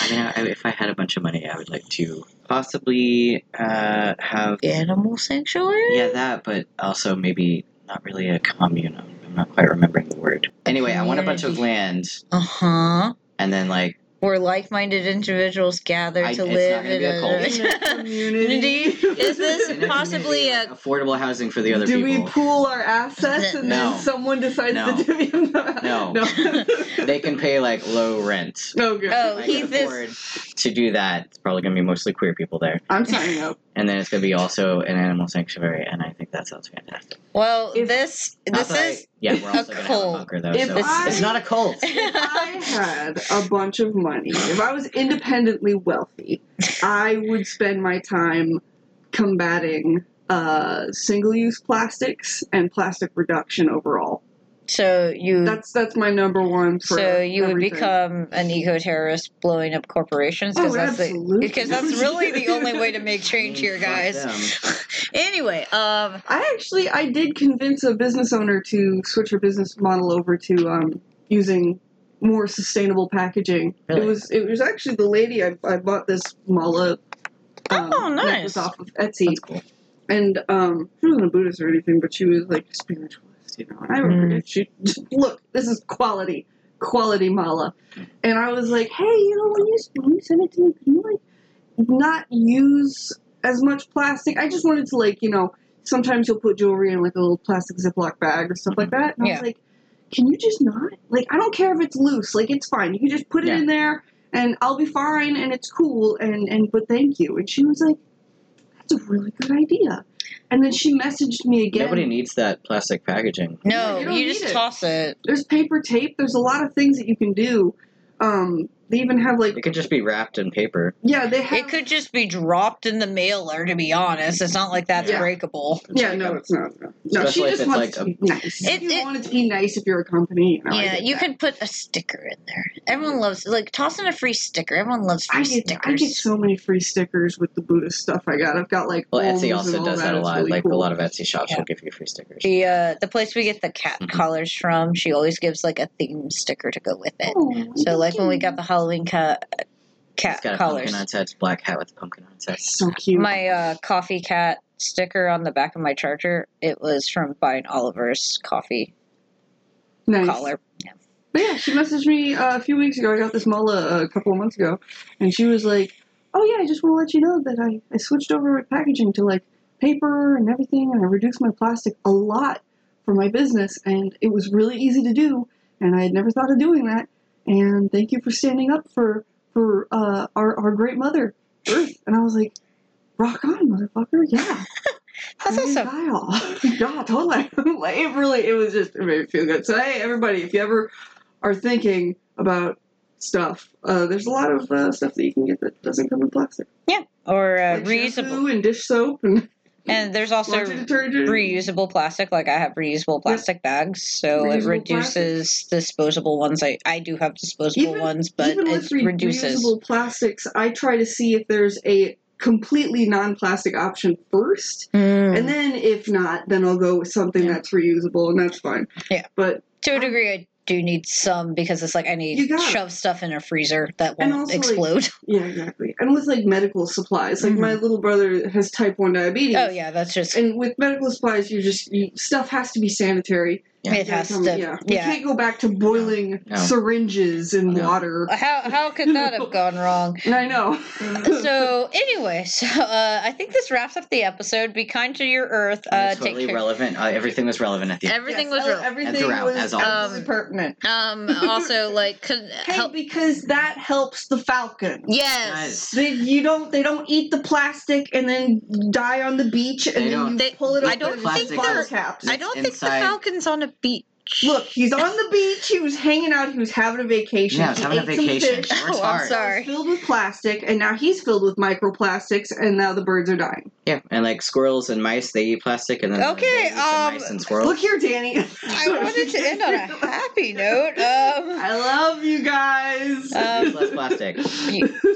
Speaker 3: I mean, I, if I had a bunch of money, I would like to possibly uh, have
Speaker 2: Animal sanctuary.
Speaker 3: yeah that, but also maybe not really a commune. I'm I'm not quite remembering the word. Anyway, I want a bunch of land,
Speaker 2: Uh huh.
Speaker 3: and then like
Speaker 2: Where like-minded individuals gather
Speaker 3: I-
Speaker 2: to
Speaker 3: it's not
Speaker 2: live
Speaker 3: gonna
Speaker 2: in
Speaker 3: be a cult.
Speaker 2: a.
Speaker 4: Community.
Speaker 2: Is this
Speaker 3: in a community,
Speaker 2: possibly
Speaker 3: like,
Speaker 2: a?
Speaker 3: affordable housing for the other
Speaker 4: Do we
Speaker 3: people.
Speaker 4: pool our assets and
Speaker 3: No.
Speaker 4: then someone decides
Speaker 3: No.
Speaker 4: to divvy them up?
Speaker 3: No.
Speaker 4: No.
Speaker 3: they can pay like low rent.
Speaker 4: no good.
Speaker 2: Oh,
Speaker 3: I
Speaker 2: he
Speaker 3: can
Speaker 2: this.
Speaker 3: afford to do that. It's probably gonna be mostly queer people there,
Speaker 4: I'm signing up.
Speaker 3: and then it's gonna be also an animal sanctuary, and I think that sounds fantastic.
Speaker 2: Well,
Speaker 4: If-
Speaker 2: this
Speaker 3: Not
Speaker 2: this
Speaker 3: that I-
Speaker 2: is
Speaker 3: yeah, we're also
Speaker 2: a
Speaker 3: gonna have a
Speaker 2: cult.
Speaker 3: bunker though,
Speaker 4: If
Speaker 3: so
Speaker 4: I-
Speaker 3: it's not a cult.
Speaker 4: If I had a bunch of money, if I was independently wealthy, I would spend my time combating uh, single-use plastics and plastic reduction overall.
Speaker 2: so you.
Speaker 4: That's that's my number one. For
Speaker 2: Mm. so you would
Speaker 4: everything.
Speaker 2: become an eco-terrorist blowing up corporations
Speaker 4: Oh,
Speaker 2: because that's the,
Speaker 4: absolutely.
Speaker 2: because that's really the only way to make change here
Speaker 3: Fuck
Speaker 2: guys
Speaker 3: them.
Speaker 2: anyway um
Speaker 4: I actually I did convince a business owner to switch her business model over to um, using more sustainable packaging. It
Speaker 3: Really?
Speaker 4: was it was actually the lady I, I bought this mala. Um,
Speaker 2: Oh, nice.
Speaker 4: necklace off of Etsy.
Speaker 3: That's cool.
Speaker 4: and um, she wasn't a Buddhist or anything, but she was like a spiritualist, you know. And I remember she look, this is quality, quality mala, and I was like, hey, you know, when you when you send it to me, can you like not use as much plastic? I just wanted to like you know, sometimes you'll put jewelry in like a little plastic Ziploc bag or stuff like that, and I
Speaker 2: Yeah.
Speaker 4: was like, can you just not? Like, I don't care if it's loose, like it's fine. You can just put it
Speaker 3: Yeah.
Speaker 4: in there. And I'll be fine, and it's cool, and, and but thank you. And she was like, "That's a really good idea." And then she messaged me again.
Speaker 3: Nobody needs that plastic packaging.
Speaker 2: no
Speaker 4: you
Speaker 2: you,
Speaker 4: don't need
Speaker 2: just
Speaker 4: it.
Speaker 2: toss it
Speaker 4: there's paper tape. There's a lot of things that you can do. Um, they even have like
Speaker 3: It could just be wrapped in paper.
Speaker 4: yeah, they have.
Speaker 2: it could just be dropped in the mailer to be honest it's not like that's
Speaker 4: Yeah.
Speaker 2: breakable
Speaker 4: yeah, no, it's not. No, no she
Speaker 3: Especially if
Speaker 4: just
Speaker 3: it's
Speaker 4: wants
Speaker 3: like
Speaker 4: to
Speaker 3: a-
Speaker 4: be nice.
Speaker 2: It-
Speaker 4: you
Speaker 2: it-
Speaker 4: want it to be nice if you're a company. You know, I
Speaker 2: yeah
Speaker 4: get
Speaker 2: you
Speaker 4: that.
Speaker 2: could put a sticker in there everyone loves like toss in a free sticker everyone loves free
Speaker 4: I get,
Speaker 2: stickers
Speaker 4: I get so many free stickers with the Buddhist stuff I got. I've got like
Speaker 3: Well, Etsy
Speaker 4: poems
Speaker 3: also
Speaker 4: and all
Speaker 3: does that a
Speaker 4: It's
Speaker 3: lot.
Speaker 4: really
Speaker 3: like
Speaker 4: cool.
Speaker 3: a lot of Etsy shops
Speaker 2: Yeah.
Speaker 3: will give you free stickers.
Speaker 2: the uh, the place we get the cat
Speaker 3: Mhm.
Speaker 2: collars from, she always gives like a theme sticker to go with it.
Speaker 4: Oh,
Speaker 2: so like when we got the Halloween cat
Speaker 3: It's
Speaker 2: cat
Speaker 3: got a pumpkin
Speaker 2: collars,
Speaker 3: on its head. It's a black hat with a pumpkin on its head.
Speaker 4: so cute.
Speaker 2: my uh, coffee cat sticker on the back of my charger. It was from buying Oliver's coffee
Speaker 4: Nice.
Speaker 2: collar.
Speaker 4: But yeah, she messaged me uh, a few weeks ago. I got this mullet uh, a couple of months ago, and she was like, "Oh yeah, I just want to let you know that I, I switched over with packaging to like paper and everything, and I reduced my plastic a lot for my business, and it was really easy to do, and I had never thought of doing that. And thank you for standing up for for uh, our our great mother Earth." And I was like, "Rock on, motherfucker! Yeah."
Speaker 2: That's
Speaker 4: Praise
Speaker 2: awesome.
Speaker 4: Guile. yeah, totally. like, it really, it was just, it made me feel good. So, hey, everybody, if you ever are thinking about stuff, uh, there's a lot of uh, stuff that you can get that doesn't come in plastic.
Speaker 2: Or uh,
Speaker 4: Like
Speaker 2: reusable.
Speaker 4: shampoo and dish soap and
Speaker 2: And there's also
Speaker 4: laundry detergent.
Speaker 2: reusable plastic. Like I have reusable plastic bags, so it
Speaker 4: Reusable
Speaker 2: reduces disposable ones. I, I do have disposable
Speaker 4: Even-
Speaker 2: ones, but
Speaker 4: Even
Speaker 2: it
Speaker 4: with re-
Speaker 2: reduces.
Speaker 4: reusable plastics, I try to see if there's a completely non-plastic option first,
Speaker 2: Mm.
Speaker 4: and then if not, then I'll go with something
Speaker 2: Yeah.
Speaker 4: that's reusable, and that's fine.
Speaker 2: Yeah.
Speaker 4: but
Speaker 2: to a degree, I do need some because it's like I need
Speaker 4: You
Speaker 2: to
Speaker 4: gotta-
Speaker 2: shove stuff in a freezer that
Speaker 4: And
Speaker 2: won't
Speaker 4: also, like,
Speaker 2: explode.
Speaker 4: Yeah, exactly. And with like medical supplies, like my little brother has type one diabetes.
Speaker 2: Mm-hmm. oh yeah, that's just
Speaker 4: And with medical supplies, you just you, stuff has to be sanitary.
Speaker 2: it has
Speaker 4: Come-
Speaker 2: to.
Speaker 4: yeah.
Speaker 2: Yeah.
Speaker 4: You can't go back to boiling
Speaker 3: No.
Speaker 4: syringes and
Speaker 3: No.
Speaker 4: water.
Speaker 2: How how could that have gone wrong?
Speaker 4: And I know.
Speaker 2: So anyway, so uh, I think this wraps up the episode. Be kind to your Earth. Uh,
Speaker 3: It's totally
Speaker 2: take care.
Speaker 3: relevant. Uh, everything was relevant at the end.
Speaker 2: Everything
Speaker 4: Yes,
Speaker 2: was
Speaker 4: oh,
Speaker 2: real.
Speaker 4: everything
Speaker 3: And throughout,
Speaker 4: was
Speaker 3: as always.
Speaker 4: absolutely pertinent.
Speaker 2: Um, also, like, could
Speaker 4: Hey,
Speaker 2: help.
Speaker 4: because that helps the falcon.
Speaker 2: Yes.
Speaker 4: They, you don't. They don't eat the plastic and then die on the beach and
Speaker 3: They
Speaker 4: then
Speaker 3: don't-
Speaker 4: you
Speaker 2: They-
Speaker 4: pull it
Speaker 2: I
Speaker 4: up
Speaker 2: don't
Speaker 4: with
Speaker 2: think
Speaker 4: bottle
Speaker 2: they're-
Speaker 4: caps.
Speaker 2: I don't think the
Speaker 3: inside-
Speaker 2: Falcon's on a beach.
Speaker 4: Look, he's on the beach. He was hanging out. He was having a vacation.
Speaker 3: Yeah, I was
Speaker 4: He
Speaker 3: having a
Speaker 4: ate some
Speaker 3: vacation.
Speaker 4: fish.
Speaker 3: She works
Speaker 2: Oh, I'm
Speaker 3: hard.
Speaker 2: sorry.
Speaker 4: It was filled with plastic, and now he's filled with microplastics, and now the birds are dying.
Speaker 3: Yeah, and like squirrels and mice, they eat plastic, and then
Speaker 2: Okay,
Speaker 3: they eat the
Speaker 2: um,
Speaker 3: mice and squirrels.
Speaker 4: Look here, Danny.
Speaker 2: I wanted to end on a happy note. Um,
Speaker 4: I love you guys.
Speaker 2: Um,
Speaker 3: Less plastic.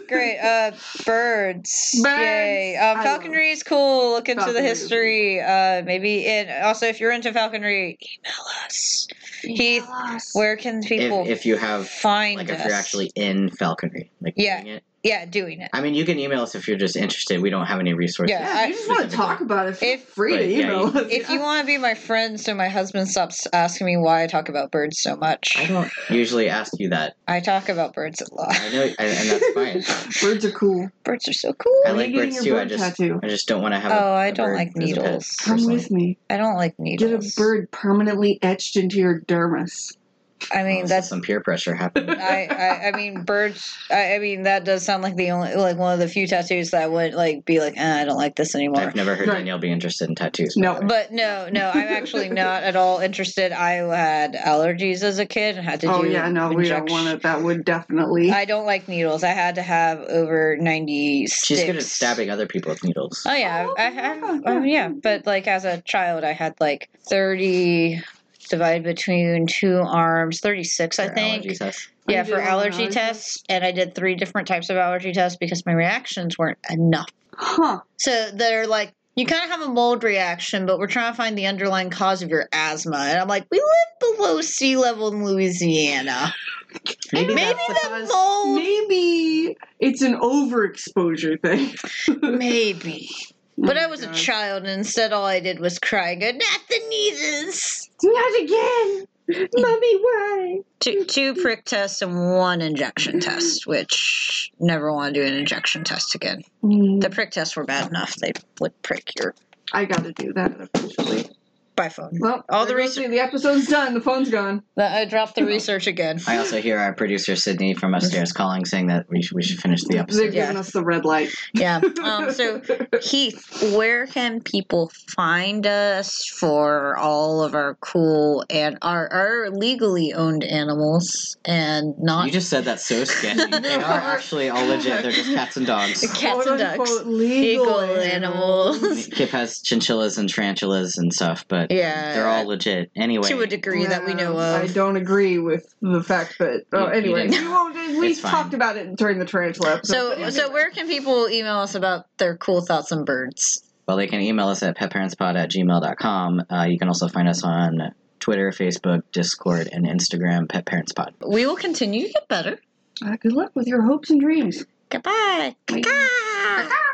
Speaker 2: great. Uh, birds. Yay. Um,
Speaker 4: I
Speaker 2: falconry is cool. Look into the
Speaker 4: Falconry is
Speaker 2: history. Uh, maybe and also if you're into falconry, email us. Heath, where can people
Speaker 3: If, if you have,
Speaker 2: find
Speaker 3: like,
Speaker 2: us?
Speaker 3: if you're actually in falconry, like
Speaker 2: Yeah.
Speaker 3: doing it.
Speaker 2: yeah, doing it.
Speaker 3: I mean, you can email us if you're just interested. We don't have any resources.
Speaker 2: Yeah,
Speaker 4: yeah,
Speaker 2: I-
Speaker 4: if you just want to talk about it, feel
Speaker 2: If-
Speaker 4: free
Speaker 3: Right,
Speaker 4: to
Speaker 3: yeah,
Speaker 4: email
Speaker 3: you-
Speaker 4: us.
Speaker 2: If you want to be my friend, so my husband stops asking me why I talk about birds so much.
Speaker 3: I don't usually ask you that.
Speaker 2: I talk about birds a lot.
Speaker 3: I know, and, and that's fine.
Speaker 4: Birds are cool.
Speaker 2: Birds are so cool.
Speaker 3: I
Speaker 4: Are
Speaker 3: like
Speaker 4: you getting
Speaker 3: birds
Speaker 4: your
Speaker 3: too. I
Speaker 4: bird
Speaker 3: just,
Speaker 4: tattoo?
Speaker 3: I just don't want to have.
Speaker 2: Oh,
Speaker 3: I
Speaker 2: I don't like needles.
Speaker 4: Come with me.
Speaker 2: I don't like
Speaker 4: Get
Speaker 2: needles.
Speaker 4: a bird permanently etched into your dermis.
Speaker 2: I mean, that's.
Speaker 3: some peer pressure happening.
Speaker 2: I, I I mean birds. I, I mean that does sound like the only like one of the few tattoos that I would like be like eh, I don't like this anymore.
Speaker 3: I've never heard
Speaker 4: Right.
Speaker 3: Danielle be interested in tattoos.
Speaker 4: No.
Speaker 2: But no, no, I'm actually not at all interested. I had allergies as a kid and had to
Speaker 4: oh
Speaker 2: do.
Speaker 4: yeah, no, we don't
Speaker 2: injection-
Speaker 4: want it. That would definitely.
Speaker 2: I don't like needles. I had to have over ninety.
Speaker 3: She's good at stabbing other people with needles.
Speaker 2: Oh yeah,
Speaker 4: Oh,
Speaker 2: I
Speaker 4: okay,
Speaker 2: have.
Speaker 4: yeah,
Speaker 2: um,
Speaker 4: yeah.
Speaker 2: yeah, but like as a child, I had like thirty divided between two arms, thirty six, I
Speaker 3: Her
Speaker 2: think.
Speaker 3: allergy test.
Speaker 4: Oh,
Speaker 2: Yeah,
Speaker 4: you
Speaker 2: for
Speaker 4: did all the
Speaker 2: allergy
Speaker 4: allergy
Speaker 2: tests, and I did three different types of allergy tests because my reactions weren't enough.
Speaker 4: Huh.
Speaker 2: So they're like, you kind of have a mold reaction, but we're trying to find the underlying cause of your asthma. And I'm like, we live below sea level in Louisiana.
Speaker 3: Maybe,
Speaker 2: Maybe
Speaker 3: that's the
Speaker 2: that
Speaker 3: cause.
Speaker 2: mold.
Speaker 4: Maybe it's an overexposure thing.
Speaker 2: Maybe.
Speaker 4: Oh
Speaker 2: But I
Speaker 4: my
Speaker 2: was a
Speaker 4: God.
Speaker 2: child, and instead all I did was cry and go, not the needles.
Speaker 4: Not again! Mommy, why?
Speaker 2: Two, two prick tests and one injection test, which never want to do an injection test again. The prick tests were bad enough. They would prick your
Speaker 4: I gotta do that eventually.
Speaker 2: by phone.
Speaker 4: Well,
Speaker 2: All
Speaker 4: there
Speaker 2: the
Speaker 4: goes The episode's done. The phone's gone.
Speaker 2: I dropped the research again.
Speaker 3: I also hear our producer Sydney from upstairs calling, saying that we should, we should finish the
Speaker 4: They're
Speaker 3: episode.
Speaker 2: Yeah.
Speaker 4: giving us the red light.
Speaker 2: Yeah. Um, so, Heath, where can people find us for all of our cool and our, our legally owned animals and not
Speaker 3: You just said that so sketchy. they are actually all legit. They're just cats and dogs.
Speaker 2: cats and ducks?
Speaker 4: Quote-unquote Legal,
Speaker 2: Legal animals.
Speaker 3: Kip has chinchillas and tarantulas and stuff, but
Speaker 2: Yeah.
Speaker 3: they're all legit. Anyway,
Speaker 2: to a degree that we know
Speaker 4: Yeah, I
Speaker 2: of.
Speaker 4: don't agree with the fact that. Oh,
Speaker 3: You- you
Speaker 4: anyway,
Speaker 3: didn't.
Speaker 4: we won't. We
Speaker 3: It's fine.
Speaker 4: talked about it during the tarantula episode.
Speaker 2: So, so where can people email us about their cool thoughts on birds?
Speaker 3: well, they can email us at petparentspod at gmail.com. Uh, you can also find us on Twitter, Facebook, Discord, and Instagram, Pet Parents Pod.
Speaker 2: We will continue to get better.
Speaker 4: Uh, good luck with your hopes and dreams.
Speaker 2: Goodbye.
Speaker 4: Wait.
Speaker 2: Caw.